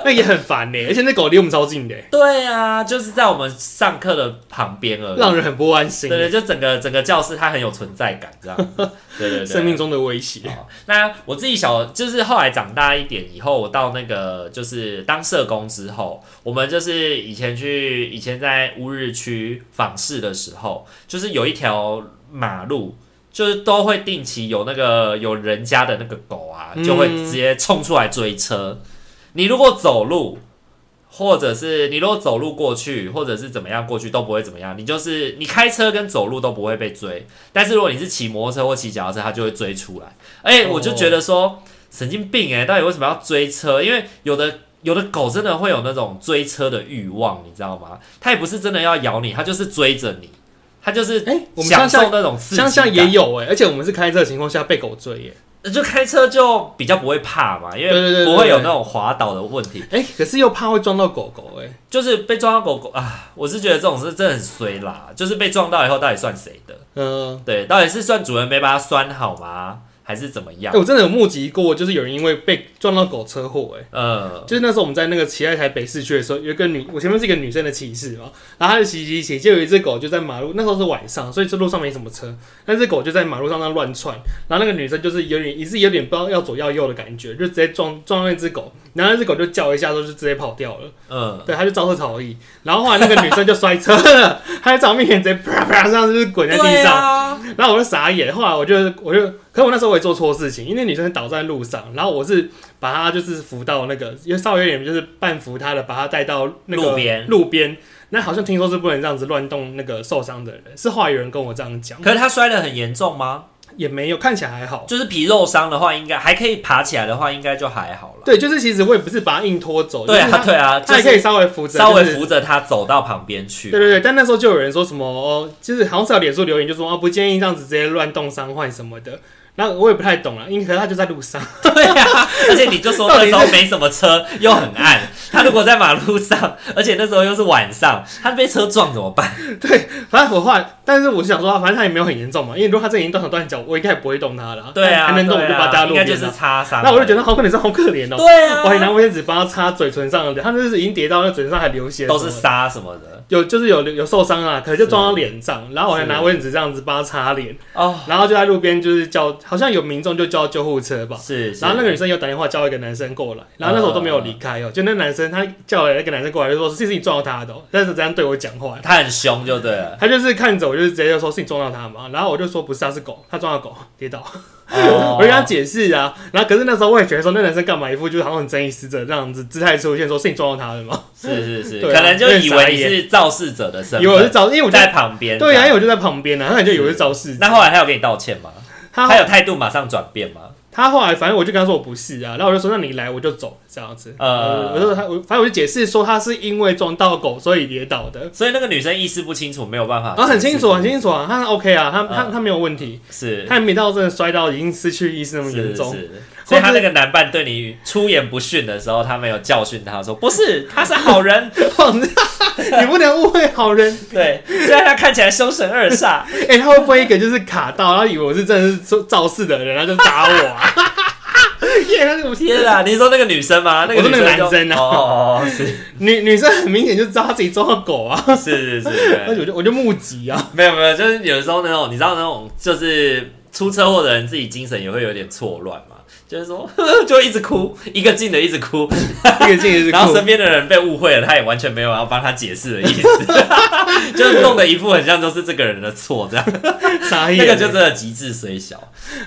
[SPEAKER 2] 那也很烦欸呢、而且那狗离我们超近的、欸，
[SPEAKER 1] 对啊，就是在我们上课的旁边而已。
[SPEAKER 2] 让人很不安
[SPEAKER 1] 对
[SPEAKER 2] 心，
[SPEAKER 1] 对，就整个整个教室它很有存在感这样
[SPEAKER 2] [LAUGHS]
[SPEAKER 1] 子。对对对，
[SPEAKER 2] 生命中的威胁。
[SPEAKER 1] 好那我自己小，就是后来长大一点以后，我到那个就是当社工之后，我们就是以前去以前在乌日区访视的时候，就是有一条马路。就是都会定期有那个有人家的那个狗啊，
[SPEAKER 2] 嗯
[SPEAKER 1] 就会直接冲出来追车。你如果走路，或者是你如果走路过去，或者是怎么样过去都不会怎么样。你就是你开车跟走路都不会被追，但是如果你是骑摩托车或骑脚踏车，它就会追出来。哎、
[SPEAKER 2] 哦
[SPEAKER 1] 我就觉得说神经病哎、到底为什么要追车？因为有的有的狗真的会有那种追车的欲望，你知道吗？它也不是真的要咬你，它就是追着你，它就是
[SPEAKER 2] 哎、我们
[SPEAKER 1] 享
[SPEAKER 2] 乡
[SPEAKER 1] 受
[SPEAKER 2] 下
[SPEAKER 1] 那种刺激
[SPEAKER 2] 乡
[SPEAKER 1] 感。
[SPEAKER 2] 下也有哎、而且我们是开车的情况下被狗追欸耶、
[SPEAKER 1] 就开车就比较不会怕嘛，因
[SPEAKER 2] 对对对
[SPEAKER 1] 为
[SPEAKER 2] 对
[SPEAKER 1] 不会有那种滑倒的问题。
[SPEAKER 2] 哎、可是又怕会撞到狗狗哎、
[SPEAKER 1] 就是被撞到狗狗啊，我是觉得这种事真的很衰啦。就是被撞到以后，到底算谁的？
[SPEAKER 2] 嗯、
[SPEAKER 1] 对，到底是算主人没把它拴好吗，还是怎么
[SPEAKER 2] 哎、
[SPEAKER 1] 样？
[SPEAKER 2] 我真的有目击过，就是有人因为被撞到狗车祸哎、
[SPEAKER 1] 呃，
[SPEAKER 2] 就是那时候我们在那个骑在台北市区的时候，有一个女，我前面是一个女生的骑士嘛，然后她就骑骑骑，就有一只狗就在马路，那时候是晚上，所以这路上没什么车，那只狗就在马路上那乱窜，然后那个女生就是有点也是有点不知道要左要右的感觉，就直接撞撞到那只狗，然后那只狗就叫一下之后就直接跑掉了，
[SPEAKER 1] 嗯，
[SPEAKER 2] 对，它就肇事逃逸，然后后来那个女生就摔车了，她就在我面前直接啪啪这样就是滚在地
[SPEAKER 1] 对
[SPEAKER 2] 上，
[SPEAKER 1] 啊，
[SPEAKER 2] 然后我就傻眼，后来我就我就，可是我那时候我也做错事情，因为那女生倒在路上，然后我是把她就是扶到那个，因为稍微有点就是半扶她的，把她带到那个
[SPEAKER 1] 路边
[SPEAKER 2] 路边。那好像听说是不能这样子乱动那个受伤的人，是后来有人跟我这样讲，
[SPEAKER 1] 可是它摔得很严重吗？
[SPEAKER 2] 也没有看起来还好。
[SPEAKER 1] 就是皮肉伤的话，应该还可以爬起来的话，应该就还好了。
[SPEAKER 2] 对，就是其实我也不是把她硬拖走，
[SPEAKER 1] 对
[SPEAKER 2] 就是
[SPEAKER 1] 啊，
[SPEAKER 2] 她
[SPEAKER 1] 对啊，就
[SPEAKER 2] 她也可
[SPEAKER 1] 是
[SPEAKER 2] 以稍微扶着，
[SPEAKER 1] 稍微
[SPEAKER 2] 就是
[SPEAKER 1] 扶着它走到旁边去。
[SPEAKER 2] 对对对，但那时候就有人说什么，哦、就是好像是有脸书留言就说啊，不建议这样子直接乱动伤患什么的。那我也不太懂了，因为可是他就在路上，
[SPEAKER 1] [LAUGHS] 对啊，而且你就说那时候没什么车，又很暗。他如果在马路上，而且那时候又是晚上，他被车撞怎么办？
[SPEAKER 2] 反正我后来，但是我是想说，啊反正他也没有很严重嘛，因为如果他真的已经断手断脚，我应该也不会动他了。
[SPEAKER 1] 对啊，
[SPEAKER 2] 还能动我
[SPEAKER 1] 对
[SPEAKER 2] 就把他
[SPEAKER 1] 啊，
[SPEAKER 2] 搭路
[SPEAKER 1] 应该就
[SPEAKER 2] 边
[SPEAKER 1] 是
[SPEAKER 2] 了。
[SPEAKER 1] 擦伤。
[SPEAKER 2] 那我就觉得好可怜，是好可怜哦。
[SPEAKER 1] 对
[SPEAKER 2] 我还拿
[SPEAKER 1] 啊，
[SPEAKER 2] 卫生纸帮他擦嘴唇上的，他就是已经跌到那嘴唇上还流血什
[SPEAKER 1] 都
[SPEAKER 2] 么的，
[SPEAKER 1] 是沙什么的
[SPEAKER 2] 有就是有有受伤啊，可能就撞到脸上，然后我还拿
[SPEAKER 1] 是
[SPEAKER 2] 卫生纸这样子帮他擦脸，
[SPEAKER 1] 哦，
[SPEAKER 2] 然后就在路边就是叫，好像有民众就叫救护车吧，
[SPEAKER 1] 是。是
[SPEAKER 2] 然后那个女生有打电话叫一个男生过来，然后那时候我都没有离开哦、就那男生他叫了那个男生过来，就说是你撞到他的、哦，但是这样对我讲话，
[SPEAKER 1] 他很凶就对了。
[SPEAKER 2] 他就是看着我，就是直接就说是你撞到他嘛，然后我就说不是，他是狗，他撞到狗跌倒，
[SPEAKER 1] 哦
[SPEAKER 2] [LAUGHS] 我就跟他解释啊，然后可是那时候我也觉得说那男生干嘛一副就是好像很正义使者这样子姿态出现，说是你撞到他的嘛，
[SPEAKER 1] 哦是是是，
[SPEAKER 2] 对啊
[SPEAKER 1] 可能就以
[SPEAKER 2] 有点傻
[SPEAKER 1] 为你
[SPEAKER 2] 眼
[SPEAKER 1] 是肇事者的身
[SPEAKER 2] 以为我是
[SPEAKER 1] 份，
[SPEAKER 2] 找，因为我就
[SPEAKER 1] 在旁边。
[SPEAKER 2] 对
[SPEAKER 1] 这
[SPEAKER 2] 啊，
[SPEAKER 1] 样
[SPEAKER 2] 因为我就在旁边啊，他就以为是肇事者，
[SPEAKER 1] 那后来他有跟你道歉吗？
[SPEAKER 2] 他
[SPEAKER 1] 他有态度马上转变吗？
[SPEAKER 2] 他后来反正我就跟他说我不是啊，然后我就说那你来我就走这样子，
[SPEAKER 1] 呃
[SPEAKER 2] 呃，我就说他我反正我就解释说他是因为撞到狗所以跌倒的，
[SPEAKER 1] 所以那个女生意识不清楚，没有办法。
[SPEAKER 2] 然后哦很清楚很清楚啊，他 OK 啊，他他
[SPEAKER 1] 嗯
[SPEAKER 2] 他没有问题，
[SPEAKER 1] 是，
[SPEAKER 2] 他也没到真的摔到已经失去意识那么
[SPEAKER 1] 是
[SPEAKER 2] 严重，
[SPEAKER 1] 是所以他那个男伴对你出言不逊的时候，他没有教训他说不是，他是好人。
[SPEAKER 2] [LAUGHS] 你不能误会好人，
[SPEAKER 1] 对，虽然他看起来凶神恶煞，
[SPEAKER 2] 哎、他会不会一个就是卡到，然后以为我是真的是做肇事的人，然后就打我啊？ [LAUGHS] 耶，那是我
[SPEAKER 1] 天啊！你是说那个女生吗？那个
[SPEAKER 2] 我说那个
[SPEAKER 1] 女就
[SPEAKER 2] 男生啊
[SPEAKER 1] 哦哦哦，是
[SPEAKER 2] 女女生很明显就知道她自己撞到狗啊，
[SPEAKER 1] 是是 [LAUGHS] 是，
[SPEAKER 2] 而且我就我就目击啊，
[SPEAKER 1] 没有没有，就是有时候那种你知道那种就是出车祸的人自己精神也会有点错乱嘛。就是说 [LAUGHS] 就一直哭，一个劲的一直哭，
[SPEAKER 2] 一个劲也是
[SPEAKER 1] 然后
[SPEAKER 2] 酷
[SPEAKER 1] 身。边的人被误会了，他也完全没有要帮他解释的意思， [LAUGHS] 就是弄得一副很像都是这个人的错
[SPEAKER 2] [LAUGHS]
[SPEAKER 1] 这样，
[SPEAKER 2] 傻眼，
[SPEAKER 1] 那
[SPEAKER 2] 欸
[SPEAKER 1] 个就真的极致虽小，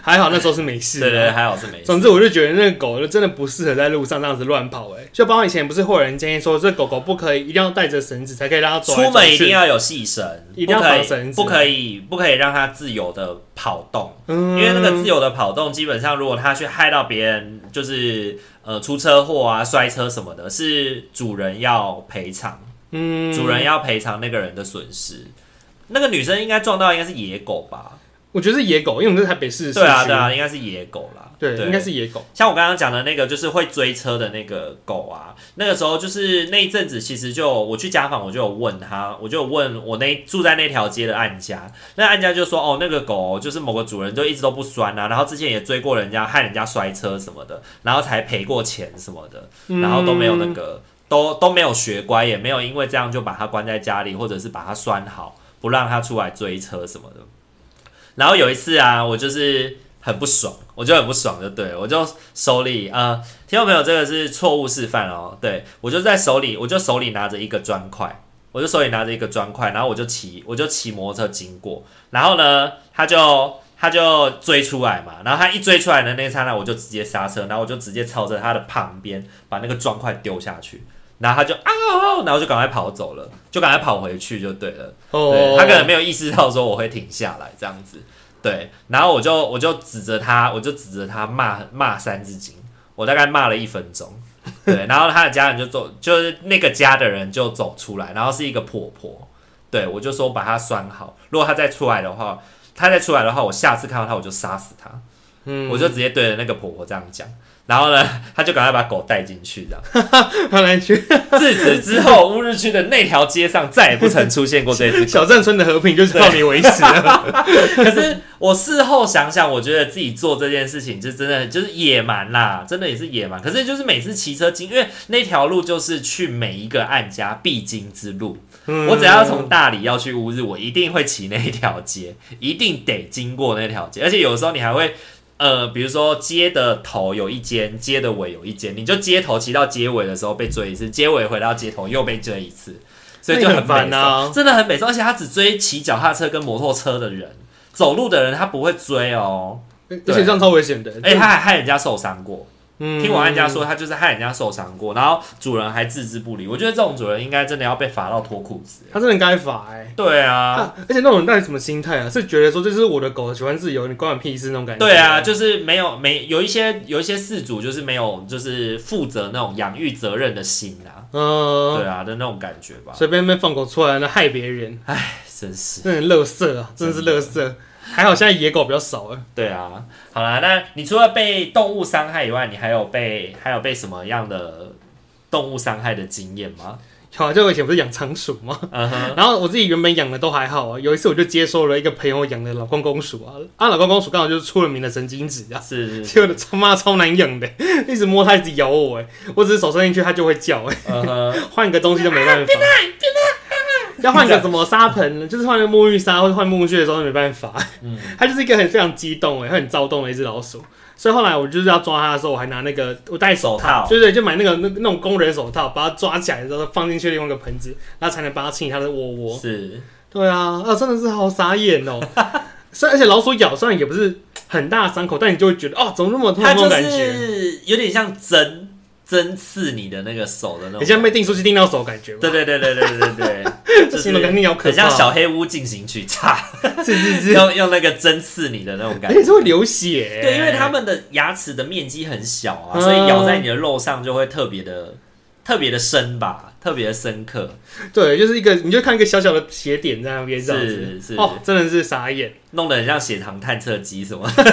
[SPEAKER 2] 还好那时候是没事。啊
[SPEAKER 1] 对对，。还好是没事。
[SPEAKER 2] 总之，我就觉得那个狗就真的不适合在路上这样子乱跑、哎，就包括以前不是会有人建议说，这狗狗不可以，一定要带着绳子才可以让它走来
[SPEAKER 1] 出
[SPEAKER 2] 走
[SPEAKER 1] 门一定
[SPEAKER 2] 去。
[SPEAKER 1] 要有细绳，
[SPEAKER 2] 一定要
[SPEAKER 1] 不可以
[SPEAKER 2] 绑绳子
[SPEAKER 1] 不可以不可以让它自由的跑动，
[SPEAKER 2] 嗯
[SPEAKER 1] 因为那个自由的跑动，基本上如果它去害到别人，就是呃出车祸啊、摔车什么的，是主人要赔偿，
[SPEAKER 2] 嗯，
[SPEAKER 1] 主人要赔偿那个人的损失。那个女生应该撞到应该是野狗吧？
[SPEAKER 2] 我觉得是野狗，因为我们是台北市市区，
[SPEAKER 1] 对啊，对啊，应该是野狗啦。
[SPEAKER 2] 对，应该是野狗。
[SPEAKER 1] 像我刚刚讲的那个，就是会追车的那个狗啊，那个时候就是那一阵子，其实就我去家访，我就有问他，我就有问我那住在那条街的案家，那案家就说，哦，那个狗就是某个主人就一直都不拴啊，然后之前也追过人家，害人家摔车什么的，然后才赔过钱什么的，然后都没有那个，都都没有学乖，也没有因为这样就把它关在家里，或者是把它拴好，不让它出来追车什么的。然后有一次啊，我就是很不爽，我就很不爽，就对了我就手里呃，听众朋友，这个是错误示范哦，对我就在手里，我就手里拿着一个砖块，我就手里拿着一个砖块，然后我就骑，我就骑摩托车经过，然后呢，他就。他就追出来嘛，然后他一追出来的那一刹那，我就直接刹车，然后我就直接朝着他的旁边把那个砖块丢下去，然后他就啊，然后就赶快跑走了，就赶快跑回去就对了。对
[SPEAKER 2] 哦，
[SPEAKER 1] 他可能没有意识到说我会停下来这样子，对，然后我就我就指着他，我就指着他骂骂三字经，我大概骂了一分钟，
[SPEAKER 2] [LAUGHS]
[SPEAKER 1] 对，然后他的家人就走，就是那个家的人就走出来，然后是一个婆婆，对我就说把她拴好，如果她再出来的话，她再出来的话，我下次看到她我就杀死她。
[SPEAKER 2] 嗯，
[SPEAKER 1] 我就直接对着那个婆婆这样讲，然后呢， [LAUGHS] 她就赶快把狗带进去，这样。
[SPEAKER 2] 他
[SPEAKER 1] [LAUGHS]
[SPEAKER 2] 来去
[SPEAKER 1] 自此之后，乌日区的那条街上再也不曾出现过这只
[SPEAKER 2] 小镇村的和平就是靠你啊维持了。
[SPEAKER 1] [LAUGHS] 可是我事后想想，我觉得自己做这件事情就真的就是野蛮啦，真的也是野蛮。可是就是每次骑车经，因为那条路就是去每一个案家必经之路。
[SPEAKER 2] 嗯
[SPEAKER 1] 我只要从大理要去乌日，我一定会骑那一条街，一定得经过那条街。而且有时候你还会，呃，比如说街的头有一间，街的尾有一间，你就街头骑到街尾的时候被追一次，街尾回到街头又被追一次，所以就
[SPEAKER 2] 那
[SPEAKER 1] 很
[SPEAKER 2] 也很烦
[SPEAKER 1] 美
[SPEAKER 2] 啊
[SPEAKER 1] 送真的很美送。而且他只追骑脚踏车跟摩托车的人，走路的人他不会追哦。
[SPEAKER 2] [LAUGHS] 而且这样超危险的。
[SPEAKER 1] 哎、他还害人家受伤过。
[SPEAKER 2] 嗯
[SPEAKER 1] 听我按家，说，他就是害人家受伤过，然后主人还置之不理。我觉得这种主人应该真的要被罚到脱裤子。
[SPEAKER 2] 他真的该罚哎。
[SPEAKER 1] 对啊，
[SPEAKER 2] 啊！而且那种人到底什么心态啊？是觉得说这是我的狗，喜欢自由，你关我屁事那种感觉？
[SPEAKER 1] 对啊，，就是没有没有一些有一些事主就是没有就是负责那种养育责任的心啊，
[SPEAKER 2] 嗯，
[SPEAKER 1] 对啊的那种感觉吧。
[SPEAKER 2] 随便被放狗出来那害别人，
[SPEAKER 1] 哎真是
[SPEAKER 2] 真的乐色啊，真的是乐色。还好现在野狗比较少啊。
[SPEAKER 1] 对啊，好啦，那你除了被动物伤害以外，你还有被还有被什么样的动物伤害的经验吗？
[SPEAKER 2] 好啊，就我以前不是养仓鼠吗？
[SPEAKER 1] 嗯哼，
[SPEAKER 2] 然后我自己原本养的都还好啊。有一次我就接收了一个朋友养的老公公鼠啊，啊，老公公鼠刚好就是出了名的神经质啊，
[SPEAKER 1] 是，
[SPEAKER 2] 结果他妈超难养的， [LAUGHS] 一直摸它，一直咬我哎、我只是手伸进去它就会叫哎、
[SPEAKER 1] 嗯哼，
[SPEAKER 2] [LAUGHS] 换个东西都没办法。
[SPEAKER 1] 啊
[SPEAKER 2] 要换个什么沙盆， [LAUGHS] 就是换个沐浴沙或者换沐浴屑的时候都没办法。 [LAUGHS]
[SPEAKER 1] 嗯
[SPEAKER 2] 它就是一个很非常激动哎、它很躁动的一只老鼠。所以后来我就是要抓它的时候，我还拿那个我戴
[SPEAKER 1] 手套
[SPEAKER 2] 对对，就买那个那那种工人手套，把它抓起来之后放进去另外一个盆子，然后才能帮它清理它的窝窝。
[SPEAKER 1] 是，
[SPEAKER 2] 对啊，啊，真的是好傻眼 [LAUGHS] 哦、虽而且老鼠咬虽然也不是很大的伤口，但你就会觉得哦，怎么那么痛
[SPEAKER 1] 它
[SPEAKER 2] 那种
[SPEAKER 1] 就
[SPEAKER 2] 感觉，
[SPEAKER 1] 是有点像针针刺你的那个手的那种
[SPEAKER 2] [LAUGHS] 很像
[SPEAKER 1] 感
[SPEAKER 2] 被
[SPEAKER 1] 觉，
[SPEAKER 2] 订书机订到手的感觉嘛。
[SPEAKER 1] 对对对对对对对，就
[SPEAKER 2] [LAUGHS] 这形容肯定好可
[SPEAKER 1] 很像
[SPEAKER 2] 怕 [LAUGHS]
[SPEAKER 1] 小黑屋进行曲，差
[SPEAKER 2] 是是是，
[SPEAKER 1] 用用那个针刺你的那种感
[SPEAKER 2] 而
[SPEAKER 1] 觉
[SPEAKER 2] 且。是哎会流血、欸
[SPEAKER 1] 对，因为它们的牙齿的面积很小啊，
[SPEAKER 2] 哎嗯
[SPEAKER 1] 所以咬在你的肉上就会特别的、特别的深吧，特别的深刻。
[SPEAKER 2] 对，就是一个，你就看一个小小的斜点在那边这样子，
[SPEAKER 1] 是是
[SPEAKER 2] 哦，真的是傻眼，
[SPEAKER 1] 弄得很像血糖探测机什么。
[SPEAKER 2] [LAUGHS]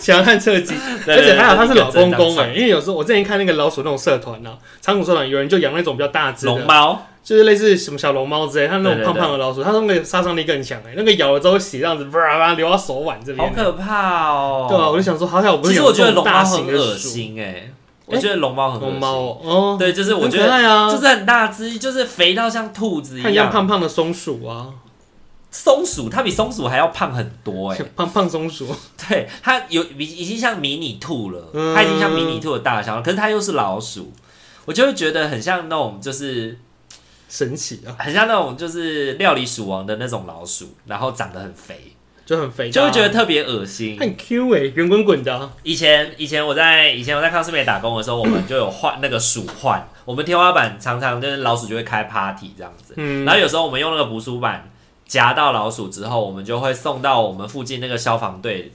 [SPEAKER 2] 想要看侧击，
[SPEAKER 1] 对
[SPEAKER 2] 而且还好他是老公
[SPEAKER 1] 就是一个
[SPEAKER 2] 公
[SPEAKER 1] 正
[SPEAKER 2] 哎、因为有时候我之前看那个老鼠那种社团啊，仓鼠社团有人就养那种比较大只
[SPEAKER 1] 龙
[SPEAKER 2] 的，
[SPEAKER 1] 猫，
[SPEAKER 2] 就是类似什么小龙猫之类，它那
[SPEAKER 1] 对对
[SPEAKER 2] 种胖胖的老鼠，它那个杀伤力更强哎、那个咬了之后血这样子，哇哇流到手腕这
[SPEAKER 1] 好
[SPEAKER 2] 边。欸
[SPEAKER 1] 可怕哦！
[SPEAKER 2] 对啊，我就想说，好像我不
[SPEAKER 1] 其实
[SPEAKER 2] 是养
[SPEAKER 1] 我觉得
[SPEAKER 2] 这种
[SPEAKER 1] 龙猫
[SPEAKER 2] 大
[SPEAKER 1] 很
[SPEAKER 2] 型的
[SPEAKER 1] 恶
[SPEAKER 2] 鼠，
[SPEAKER 1] 心哎、我觉得龙猫很恶
[SPEAKER 2] 龙
[SPEAKER 1] 心。
[SPEAKER 2] 猫哦，哦
[SPEAKER 1] 对，就是我
[SPEAKER 2] 很
[SPEAKER 1] 觉
[SPEAKER 2] 可
[SPEAKER 1] 得
[SPEAKER 2] 爱啊，
[SPEAKER 1] 就是很大只，就是肥到像兔子
[SPEAKER 2] 它很
[SPEAKER 1] 一
[SPEAKER 2] 像
[SPEAKER 1] 样。
[SPEAKER 2] 胖胖的松鼠啊，
[SPEAKER 1] 松鼠，它比松鼠还要胖很多哎、
[SPEAKER 2] 胖胖松鼠，
[SPEAKER 1] 对，它有已已经像迷你兔了，
[SPEAKER 2] 嗯
[SPEAKER 1] 它已经像迷你兔的大小了，可是它又是老鼠，我就会觉得很像那种就是
[SPEAKER 2] 神奇啊，
[SPEAKER 1] 很像那种就是料理鼠王的那种老鼠，然后长得很肥，
[SPEAKER 2] 就很肥大，
[SPEAKER 1] 就会觉得特别恶心。
[SPEAKER 2] 很 Q 哎、圆滚滚的啊、
[SPEAKER 1] 以前以前我在以前我在康斯美打工的时候，我们就有换那个鼠患，我们天花板常常就是老鼠就会开 party 这样子，
[SPEAKER 2] 嗯，
[SPEAKER 1] 然后有时候我们用那个捕鼠板夹到老鼠之后，我们就会送到我们附近那个消防队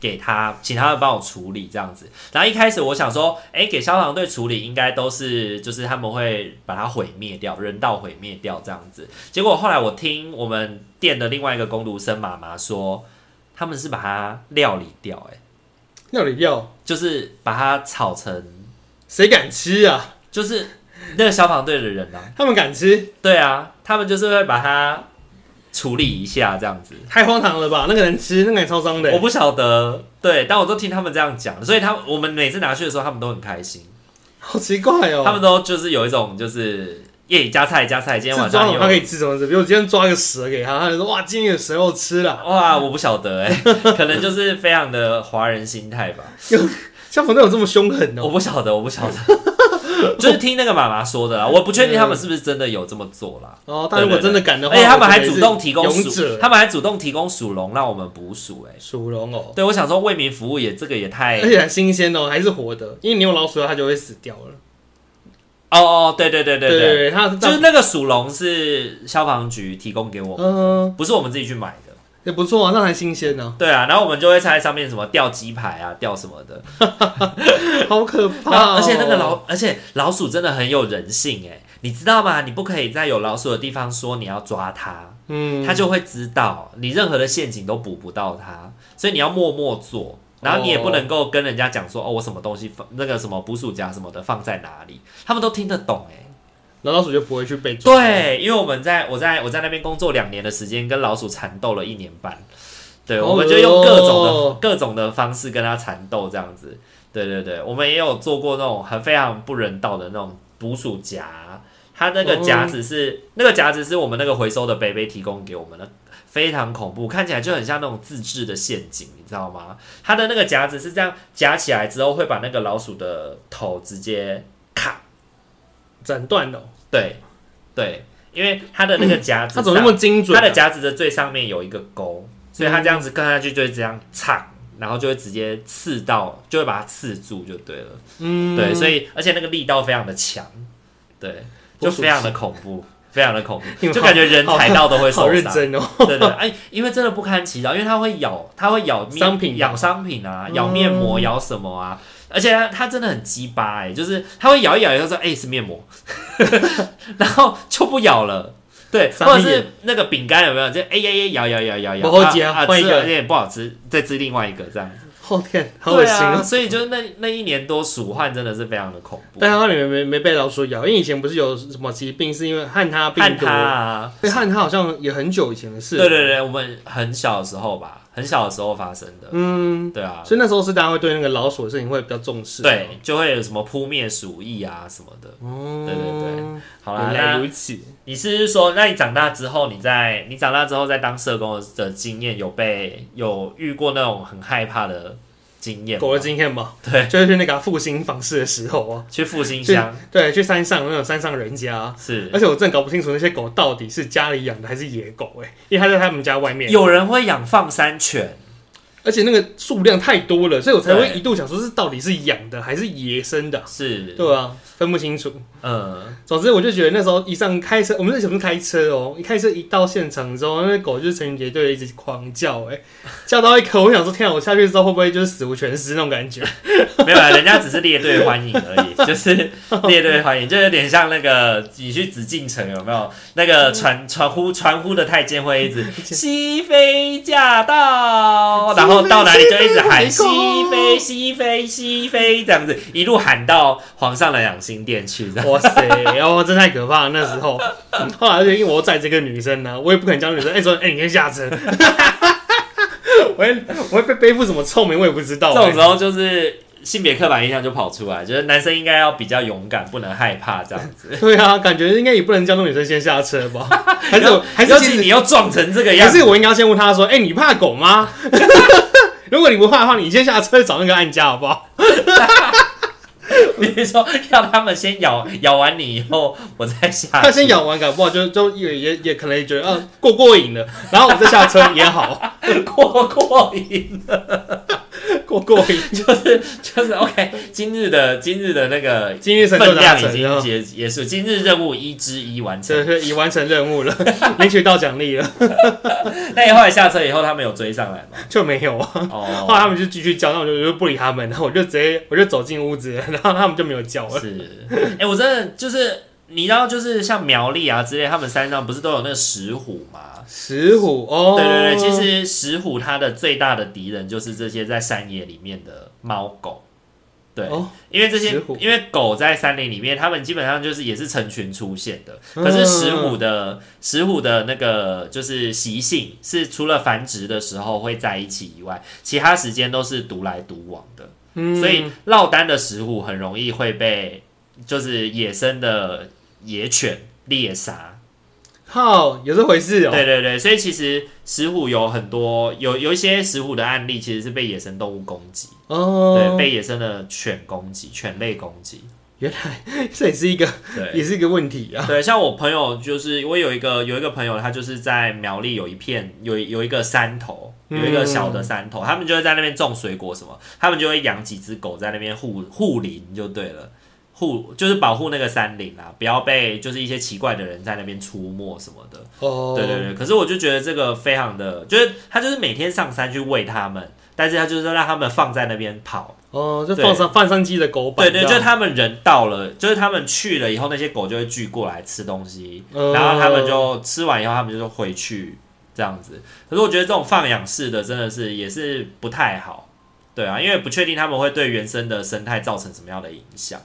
[SPEAKER 1] 给他，请他们帮我处理这样子。然后一开始我想说，哎、给消防队处理应该都是就是他们会把它毁灭掉，人道毁灭掉这样子。结果后来我听我们店的另外一个工读生妈妈说，他们是把它料理掉、诶
[SPEAKER 2] 料理料，
[SPEAKER 1] 就是把它炒成，
[SPEAKER 2] 谁敢吃啊？
[SPEAKER 1] 就是那个消防队的人啊，
[SPEAKER 2] 他们敢吃，
[SPEAKER 1] 对啊，他们就是会把它处理一下这样子。
[SPEAKER 2] 太荒唐了吧？那个人吃，那个人超伤的欸、
[SPEAKER 1] 我不晓得，对，但我都听他们这样讲，所以他我们每次拿去的时候，他们都很开心，
[SPEAKER 2] 好奇怪哦、
[SPEAKER 1] 他们都就是有一种就是耶加菜加菜，今天晚
[SPEAKER 2] 是抓
[SPEAKER 1] 上
[SPEAKER 2] 了他可
[SPEAKER 1] 有
[SPEAKER 2] 以吃什么？比如我今天抓个蛇给他，他就说哇，今天有蛇肉吃了。
[SPEAKER 1] 哇，我不晓得哎、 [LAUGHS] 可能就是非常的华人心态吧，
[SPEAKER 2] 消防队有这么凶狠哦、
[SPEAKER 1] 我不晓
[SPEAKER 2] [LAUGHS]
[SPEAKER 1] 得，我不晓得，就是听那个妈妈说的啦，我不确定他们是不是真的有这么做啦。
[SPEAKER 2] 哦，但如果
[SPEAKER 1] 对对对
[SPEAKER 2] 真的敢的话，
[SPEAKER 1] 而且他们
[SPEAKER 2] 我觉
[SPEAKER 1] 还
[SPEAKER 2] 得
[SPEAKER 1] 主
[SPEAKER 2] 是
[SPEAKER 1] 动提供
[SPEAKER 2] 勇
[SPEAKER 1] 鼠，
[SPEAKER 2] 者
[SPEAKER 1] 他们还主动提供鼠笼让我们捕鼠、欸，
[SPEAKER 2] 鼠笼哦，
[SPEAKER 1] 对我想说为民服务也这个也太
[SPEAKER 2] 而且还新鲜哦，还是活的，因为你有老鼠的话它就会死掉了。
[SPEAKER 1] 哦哦，对对对对
[SPEAKER 2] 对
[SPEAKER 1] 对，
[SPEAKER 2] 对，它
[SPEAKER 1] 就是
[SPEAKER 2] 是
[SPEAKER 1] 那个鼠笼是消防局提供给我们，
[SPEAKER 2] 嗯
[SPEAKER 1] 不是我们自己去买的。
[SPEAKER 2] 也不错啊，那还新鲜呢，
[SPEAKER 1] 对啊，然后我们就会猜上面什么掉鸡排啊，掉什么的。
[SPEAKER 2] 好可
[SPEAKER 1] 然
[SPEAKER 2] 怕
[SPEAKER 1] 后
[SPEAKER 2] 哦。
[SPEAKER 1] 而且那个老，而且老鼠真的很有人性哎，你知道吗？你不可以在有老鼠的地方说你要抓它，
[SPEAKER 2] 嗯，
[SPEAKER 1] 它就会知道你任何的陷阱都捕不到它，所以你要默默做。然后你也
[SPEAKER 2] 哦
[SPEAKER 1] 不能够跟人家讲说哦，我什么东西放那个什么捕鼠夹什么的放在哪里，他们都听得懂哎。
[SPEAKER 2] 老老鼠就不会去被抓。，
[SPEAKER 1] 对，因为我们在我在我在那边工作两年的时间，跟老鼠缠斗了一年半。对，
[SPEAKER 2] 哦
[SPEAKER 1] 我们就用各种的、
[SPEAKER 2] 哟
[SPEAKER 1] 各种的方式跟它缠斗，这样子。对对对，我们也有做过那种很非常不人道的那种捕鼠夹，它那个夹子
[SPEAKER 2] 哦
[SPEAKER 1] 是、那个夹子是我们那个回收的北北提供给我们的，非常恐怖，看起来就很像那种自制的陷阱，你知道吗？它的那个夹子是这样夹起来之后，会把那个老鼠的头直接卡
[SPEAKER 2] 斩断哦，
[SPEAKER 1] 对，对，因为它的那个夹子
[SPEAKER 2] 它
[SPEAKER 1] 上，
[SPEAKER 2] 怎么那么精准啊？
[SPEAKER 1] 它的夹子的最上面有一个钩，所以它这样子看下去就会这样插，然后就会直接刺到，就会把它刺住就对了。
[SPEAKER 2] 嗯，
[SPEAKER 1] 对，所以而且那个力道非常的强，对，就非常的恐怖。非常的恐
[SPEAKER 2] 你
[SPEAKER 1] 怖，
[SPEAKER 2] 们
[SPEAKER 1] 就感觉人踩到都会
[SPEAKER 2] 好
[SPEAKER 1] 受
[SPEAKER 2] 认
[SPEAKER 1] 伤。
[SPEAKER 2] 真哦。
[SPEAKER 1] [LAUGHS] 对对，哎，因为真的不堪其扰，因为它会咬，它会咬面
[SPEAKER 2] 商品
[SPEAKER 1] 咬商品啊，咬面膜，咬什么啊？而且它它真的很鸡巴哎，就是它会咬一咬，然后说哎、是面膜， [LAUGHS] 然后就不咬了。对，
[SPEAKER 2] 傻
[SPEAKER 1] 或者
[SPEAKER 2] 眼
[SPEAKER 1] 是那个饼干有没有？就哎呀呀咬咬咬咬咬，
[SPEAKER 2] 不好吃
[SPEAKER 1] 啊啊
[SPEAKER 2] 换一
[SPEAKER 1] 吃
[SPEAKER 2] 个
[SPEAKER 1] 了有点不好吃，再吃另外一个这样。
[SPEAKER 2] 后哦天好恶
[SPEAKER 1] 对
[SPEAKER 2] 心
[SPEAKER 1] 啊，
[SPEAKER 2] 哦。
[SPEAKER 1] 所以就是那那一年多鼠患真的是非常的恐怖，
[SPEAKER 2] 但它里面没没被老鼠咬，因为以前不是有什么疾病，是因为汉他病
[SPEAKER 1] 看
[SPEAKER 2] 毒
[SPEAKER 1] 它。啊，
[SPEAKER 2] 对，汉他好像也很久以前的事。
[SPEAKER 1] 对对，对，我们很小的时候吧，很小的时候发生的，
[SPEAKER 2] 嗯，
[SPEAKER 1] 对啊，
[SPEAKER 2] 所以那时候是大家会对那个老鼠的事情会比较重视。
[SPEAKER 1] 对，就会有什么扑灭鼠疫啊什么的。
[SPEAKER 2] 哦，
[SPEAKER 1] 对对对，好啦，
[SPEAKER 2] 原来
[SPEAKER 1] 那
[SPEAKER 2] 如此。
[SPEAKER 1] 你是说，那你长大之后，你在你长大之后在当社工的经验，有被有遇过那种很害怕的经验吗？
[SPEAKER 2] 狗的经验吧，
[SPEAKER 1] 对，
[SPEAKER 2] 就是去那个复兴访视的时候啊，
[SPEAKER 1] 去复兴乡
[SPEAKER 2] 对，去山上那种山上人家，啊
[SPEAKER 1] 是
[SPEAKER 2] 而且我真的搞不清楚那些狗到底是家里养的还是野狗哎、欸因为它在他们家外面，
[SPEAKER 1] 有人会养放山犬，
[SPEAKER 2] 而且那个数量太多了，所以我才会
[SPEAKER 1] 对
[SPEAKER 2] 一度想说是到底是养的还是野生的，
[SPEAKER 1] 是，
[SPEAKER 2] 对啊，分不清楚。
[SPEAKER 1] 嗯，
[SPEAKER 2] 总之我就觉得那时候一上开车，我们那时候不是开车哦、一开车一到现场之后，那狗就是成群结队的一直狂叫哎、欸 [LAUGHS] 叫到一口，我想说天啊，我下去之后会不会就是死无全尸那种
[SPEAKER 1] [LAUGHS]
[SPEAKER 2] 感觉？
[SPEAKER 1] 没有啦，人家只是列队欢迎而
[SPEAKER 2] [LAUGHS]
[SPEAKER 1] 已，就是列队欢迎，就有点像那个你去紫禁城有没有？那
[SPEAKER 2] 嗯
[SPEAKER 1] 个传传呼传呼的太监会一
[SPEAKER 2] [LAUGHS]
[SPEAKER 1] 直熹妃驾到，然后到哪里就一直喊
[SPEAKER 2] 熹
[SPEAKER 1] 熹妃
[SPEAKER 2] 妃
[SPEAKER 1] 熹妃熹妃这样子，一路喊到皇上的养心殿去这样。
[SPEAKER 2] 哇塞，哦，真太可怕了！那时
[SPEAKER 1] [LAUGHS]
[SPEAKER 2] 候，嗯后来就因为我载这个女生呢、我也不肯叫女生，哎、说，哎、你先下车。 [LAUGHS] 我会我会被背负什么臭名，我也不知道、
[SPEAKER 1] 这种时
[SPEAKER 2] 哎
[SPEAKER 1] 候就是性别刻板印象就跑出来，就是男生应该要比较勇敢，不能害怕这样子。
[SPEAKER 2] 对啊，感觉应该也不能叫那女生先下车
[SPEAKER 1] [LAUGHS]
[SPEAKER 2] 吧？还是我还是
[SPEAKER 1] 尤
[SPEAKER 2] 其
[SPEAKER 1] 其
[SPEAKER 2] 实
[SPEAKER 1] 你又撞成这个
[SPEAKER 2] 还
[SPEAKER 1] 样
[SPEAKER 2] 是
[SPEAKER 1] 子，
[SPEAKER 2] 我应该先问他说：“哎、你怕狗吗？” [LAUGHS] 如果你不怕的话，你先下车找那个按家好不好？
[SPEAKER 1] [LAUGHS] 你说要他们先咬咬完你以后，我再下去。
[SPEAKER 2] 他先咬完，搞不好就就也也也可能也觉得啊过过瘾了，然后我再下车也好
[SPEAKER 1] 过过瘾，
[SPEAKER 2] [LAUGHS]
[SPEAKER 1] [LAUGHS]
[SPEAKER 2] 过过瘾。
[SPEAKER 1] 就是就是 OK。今日的今日的那个
[SPEAKER 2] 今日成就
[SPEAKER 1] 分
[SPEAKER 2] 达
[SPEAKER 1] 量
[SPEAKER 2] 成哦
[SPEAKER 1] 已经
[SPEAKER 2] 了，
[SPEAKER 1] 结结束，今日任务一之一完成。
[SPEAKER 2] 这是已完成任务 [LAUGHS] 了，领取到奖励了，
[SPEAKER 1] 那你后来下车以后，他们有追上来吗？
[SPEAKER 2] 就没有 [LAUGHS] 啊。后
[SPEAKER 1] 哦，
[SPEAKER 2] 来他们就继续叫，那我就就不理他们，然后我就直接我就走进屋子，然后他们就没有叫了。
[SPEAKER 1] 是。哎、我真的就是你知道，就是像苗栗啊之类，他们山上不是都有那个石虎吗？
[SPEAKER 2] 石虎哦，
[SPEAKER 1] 对对对，其实石虎它的最大的敌人就是这些在山野里面的猫狗。对，
[SPEAKER 2] 哦
[SPEAKER 1] 因为这
[SPEAKER 2] 石
[SPEAKER 1] 些
[SPEAKER 2] 虎
[SPEAKER 1] 因为狗在山林里面，它们基本上就是也是成群出现的。
[SPEAKER 2] 嗯
[SPEAKER 1] 可是石虎的、石虎的那个就是习性是除了繁殖的时候会在一起以外，其他时间都是独来独往的。
[SPEAKER 2] 嗯
[SPEAKER 1] 所以落单的石虎很容易会被就是野生的野犬猎杀。
[SPEAKER 2] 靠，有这回事哦。
[SPEAKER 1] 对对对，所以其实石虎有很多有有一些石虎的案例，其实是被野生动物攻击，对，
[SPEAKER 2] 哦，
[SPEAKER 1] 被野生的犬攻击，犬类攻击。
[SPEAKER 2] 这也是一个
[SPEAKER 1] 对，
[SPEAKER 2] 也是一个问题啊。
[SPEAKER 1] 对，像我朋友就是我有一个有一个朋友，他就是在苗栗有一片有有一个山头，有一个小的山头，他们就会在那边种水果什么，他们就会养几只狗在那边护护林就对了。护就是保护那个山林啊，不要被就是一些奇怪的人在那边出没什么的。
[SPEAKER 2] 哦，
[SPEAKER 1] 对对对，可是我就觉得这个非常的，就是他就是每天上山去喂他们，但是他就是让他们放在那边跑。
[SPEAKER 2] 哦，就放上放上机的狗板
[SPEAKER 1] 对
[SPEAKER 2] 这
[SPEAKER 1] 对，
[SPEAKER 2] 样，
[SPEAKER 1] 就是他们人到了，就是他们去了以后，那些狗就会聚过来吃东西，
[SPEAKER 2] 呃
[SPEAKER 1] 然后他们就吃完以后，他们就回去这样子。可是我觉得这种放养式的真的是也是不太好，对啊，因为不确定他们会对原生的生态造成什么样的影响。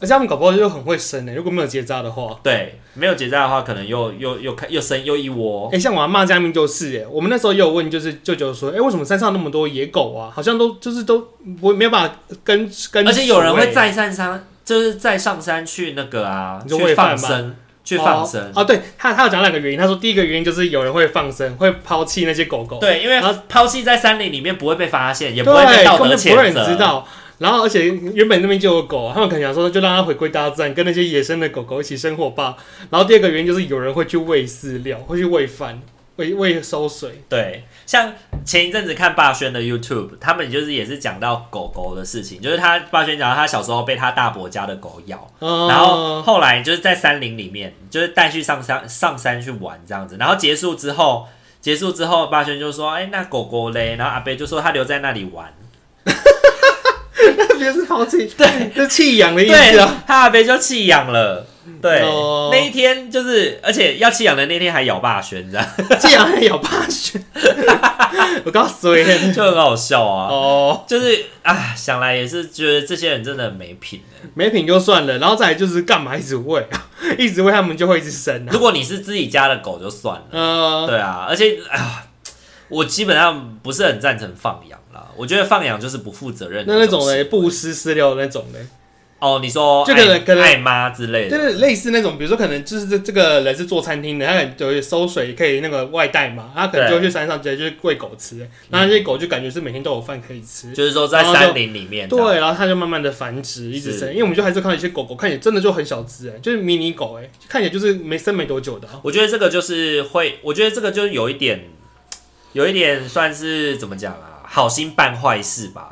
[SPEAKER 2] 而且他们搞不好就很会生欸呢，如果没有结扎的话。
[SPEAKER 1] 对，没有结扎的话，可能又又又开又生又一窝
[SPEAKER 2] 哎、。像我阿妈家面就是哎，我们那时候也有问，就是舅舅说，哎、为什么山上那么多野狗啊？好像都就是都我没有办法跟跟，
[SPEAKER 1] 而且有人会
[SPEAKER 2] 在
[SPEAKER 1] 再上山，就是再上山去那个啊，
[SPEAKER 2] 你说
[SPEAKER 1] 去
[SPEAKER 2] 喂饭
[SPEAKER 1] 放
[SPEAKER 2] 吗
[SPEAKER 1] 生，去放生。
[SPEAKER 2] 哦哦，对他他有讲两个原因，他说第一个原因就是有人会放生，会抛弃那些狗狗，
[SPEAKER 1] 对，因为
[SPEAKER 2] 然
[SPEAKER 1] 抛弃在山林里面不会被发现，也
[SPEAKER 2] 啊对，
[SPEAKER 1] 不会被道
[SPEAKER 2] 根
[SPEAKER 1] 德
[SPEAKER 2] 本不会
[SPEAKER 1] 谴
[SPEAKER 2] 有人知
[SPEAKER 1] 责。
[SPEAKER 2] 道。然后，而且原本那边就有狗，他们可能想说就让它回归大自然，跟那些野生的狗狗一起生活吧。然后第二个原因就是有人会去喂饲料，会去喂饭，喂喂收水。
[SPEAKER 1] 对，像前一阵子看霸轩的 YouTube，他们就是也是讲到狗狗的事情，就是他霸轩讲到他小时候被他大伯家的狗咬，
[SPEAKER 2] 哦
[SPEAKER 1] 然后后来就是在山林里面，就是带去上山上山去玩这样子，然后结束之后，结束之后霸轩就说：“哎，那狗狗嘞？”然后阿贝就说他留在那里玩，
[SPEAKER 2] 特别是抛弃，对，是弃养的意 [LAUGHS] 思
[SPEAKER 1] 对
[SPEAKER 2] 啊。，
[SPEAKER 1] 他阿贝就弃养了。对
[SPEAKER 2] 哦
[SPEAKER 1] 那一天就是，而且要弃养的那天还咬霸轩，这样
[SPEAKER 2] 弃养还咬八旬，我告诉你
[SPEAKER 1] 就很好笑啊。
[SPEAKER 2] 哦，
[SPEAKER 1] 就是啊，想来也是觉得这些人真的很没品欸
[SPEAKER 2] 没品就算了，然后再来就是干嘛一直喂 [LAUGHS] 啊，一直喂他们就会一直生啊。
[SPEAKER 1] 如果你是自己家的狗就算了，
[SPEAKER 2] 呃，
[SPEAKER 1] 对啊，而且啊，我基本上不是很赞成放养啦。我觉得放养就是不负责任的
[SPEAKER 2] 那那
[SPEAKER 1] 种
[SPEAKER 2] 种
[SPEAKER 1] 行为
[SPEAKER 2] 嘞，不施饲料的那种嘞，
[SPEAKER 1] 哦，你说
[SPEAKER 2] 就可能
[SPEAKER 1] 爱
[SPEAKER 2] 可能
[SPEAKER 1] 爱妈之类
[SPEAKER 2] 就
[SPEAKER 1] 的，
[SPEAKER 2] 是类似那种，比如说可能就是这这个人是做餐厅的，他可能就是收水可以那个外带嘛，他可能就去山上直接就是喂狗吃，然后那些狗就感觉是每天都有饭可以吃。
[SPEAKER 1] 就是说在山林里面，
[SPEAKER 2] 对，，然后它就慢慢的繁殖，一直
[SPEAKER 1] 是
[SPEAKER 2] 生。因为我们就还是看到一些狗狗，看起来真的就很小只，哎，就是迷你狗，哎，看起来就是没生没多久的啊。
[SPEAKER 1] 我觉得这个就是会，我觉得这个就是有一点，有一点算是怎么讲啊，好心办坏事吧。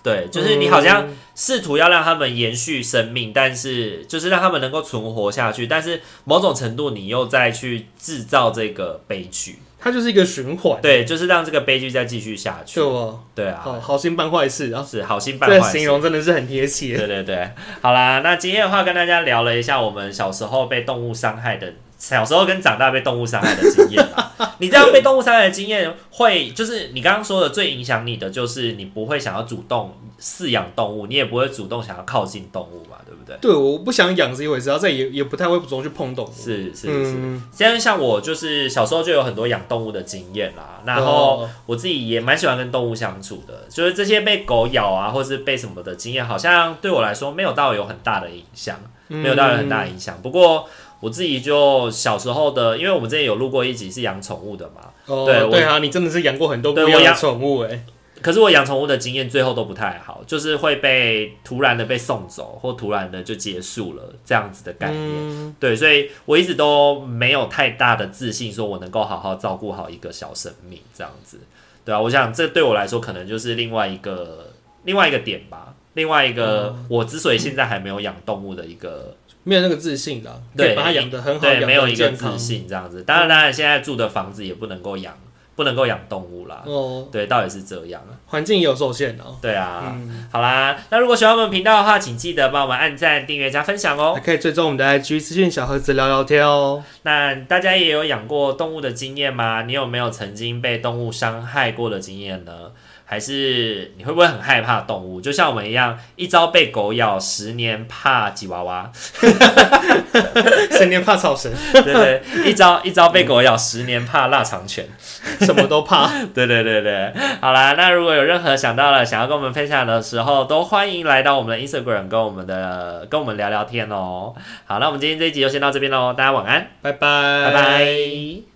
[SPEAKER 1] 对，就是你好
[SPEAKER 2] 嗯
[SPEAKER 1] 像试图要让他们延续生命，但是就是让他们能够存活下去，但是某种程度你又再去制造这个悲剧，
[SPEAKER 2] 它就是一个循环，
[SPEAKER 1] 对，就是让这个悲剧再继续下去
[SPEAKER 2] 对。哦，
[SPEAKER 1] 对啊，
[SPEAKER 2] 好好心办坏事，然后
[SPEAKER 1] 是好心
[SPEAKER 2] 这
[SPEAKER 1] 办
[SPEAKER 2] 个
[SPEAKER 1] 坏
[SPEAKER 2] 形
[SPEAKER 1] 事。啊
[SPEAKER 2] 容真的是很贴切。
[SPEAKER 1] 对对对，好啦，那今天的话跟大家聊了一下我们小时候被动物伤害的小时候跟长大被动物伤害的经验
[SPEAKER 2] [LAUGHS]
[SPEAKER 1] 啦。你这样被动物伤害的经验，会就是你刚刚说的最影响你的，就是你不会想要主动饲养动物，你也不会主动想要靠近动物嘛，对不对？
[SPEAKER 2] 对，我不想养是一回事，然后再也也不太会主动去碰动物。
[SPEAKER 1] 是是是。
[SPEAKER 2] 嗯，
[SPEAKER 1] 现在像我就是小时候就有很多养动物的经验啦，然后
[SPEAKER 2] 哦
[SPEAKER 1] 我自己也蛮喜欢跟动物相处的，就是这些被狗咬啊，或是被什么的经验，好像对我来说没有到有很大的影响，没有到有
[SPEAKER 2] 嗯
[SPEAKER 1] 很大的影响。不过我自己就小时候的，因为我们之前有录过一集是养宠物的嘛，
[SPEAKER 2] 哦，
[SPEAKER 1] 对我
[SPEAKER 2] 对啊，你真的是养过很多不一
[SPEAKER 1] 对我
[SPEAKER 2] 样的
[SPEAKER 1] 养
[SPEAKER 2] 宠物哎、
[SPEAKER 1] 可是我养宠物的经验最后都不太好，就是会被突然的被送走，或突然的就结束了这样子的概念。
[SPEAKER 2] 嗯，
[SPEAKER 1] 对，所以我一直都没有太大的自信，说我能够好好照顾好一个小生命这样子，对啊，我想这对我来说可能就是另外一个另外一个点吧，另外一个我之所以现在还没有养动物的一个、
[SPEAKER 2] 没有那个自信的，
[SPEAKER 1] 对
[SPEAKER 2] 可以把它养得很好，
[SPEAKER 1] 对，没有一个
[SPEAKER 2] 养得很健
[SPEAKER 1] 自
[SPEAKER 2] 康。
[SPEAKER 1] 信这样子。当然，当然现在住的房子也不能够养，不能够养动物啦，
[SPEAKER 2] 哦，
[SPEAKER 1] 对，到底是这样啊，
[SPEAKER 2] 环境也有受限哦。
[SPEAKER 1] 对啊。
[SPEAKER 2] 嗯，
[SPEAKER 1] 好啦，那如果喜欢我们频道的话，请记得帮我们按赞、订阅、加分享哦
[SPEAKER 2] [LAUGHS] 还。可以追踪我们的 IG 私信小盒子聊聊天哦。 [LAUGHS]
[SPEAKER 1] 那大家也有养过动物的经验吗？你有没有曾经被动物伤害过的经验呢？还是你会不会很害怕动物？就像我们一样，一朝被狗咬，十年怕吉娃娃，
[SPEAKER 2] 神年怕草绳，
[SPEAKER 1] 对
[SPEAKER 2] [LAUGHS]
[SPEAKER 1] 对，一朝一朝被狗咬，十年怕腊肠犬，
[SPEAKER 2] 什么
[SPEAKER 1] [LAUGHS]
[SPEAKER 2] 都怕。
[SPEAKER 1] 对对对对。好啦，那如果有任何想到了想要跟我们分享的时候，都欢迎来到我们的 Instagram 跟我们的跟我们聊聊天哦。好，那我们今天这一集就先到这边喽，大家晚安，
[SPEAKER 2] 拜拜，
[SPEAKER 1] 拜拜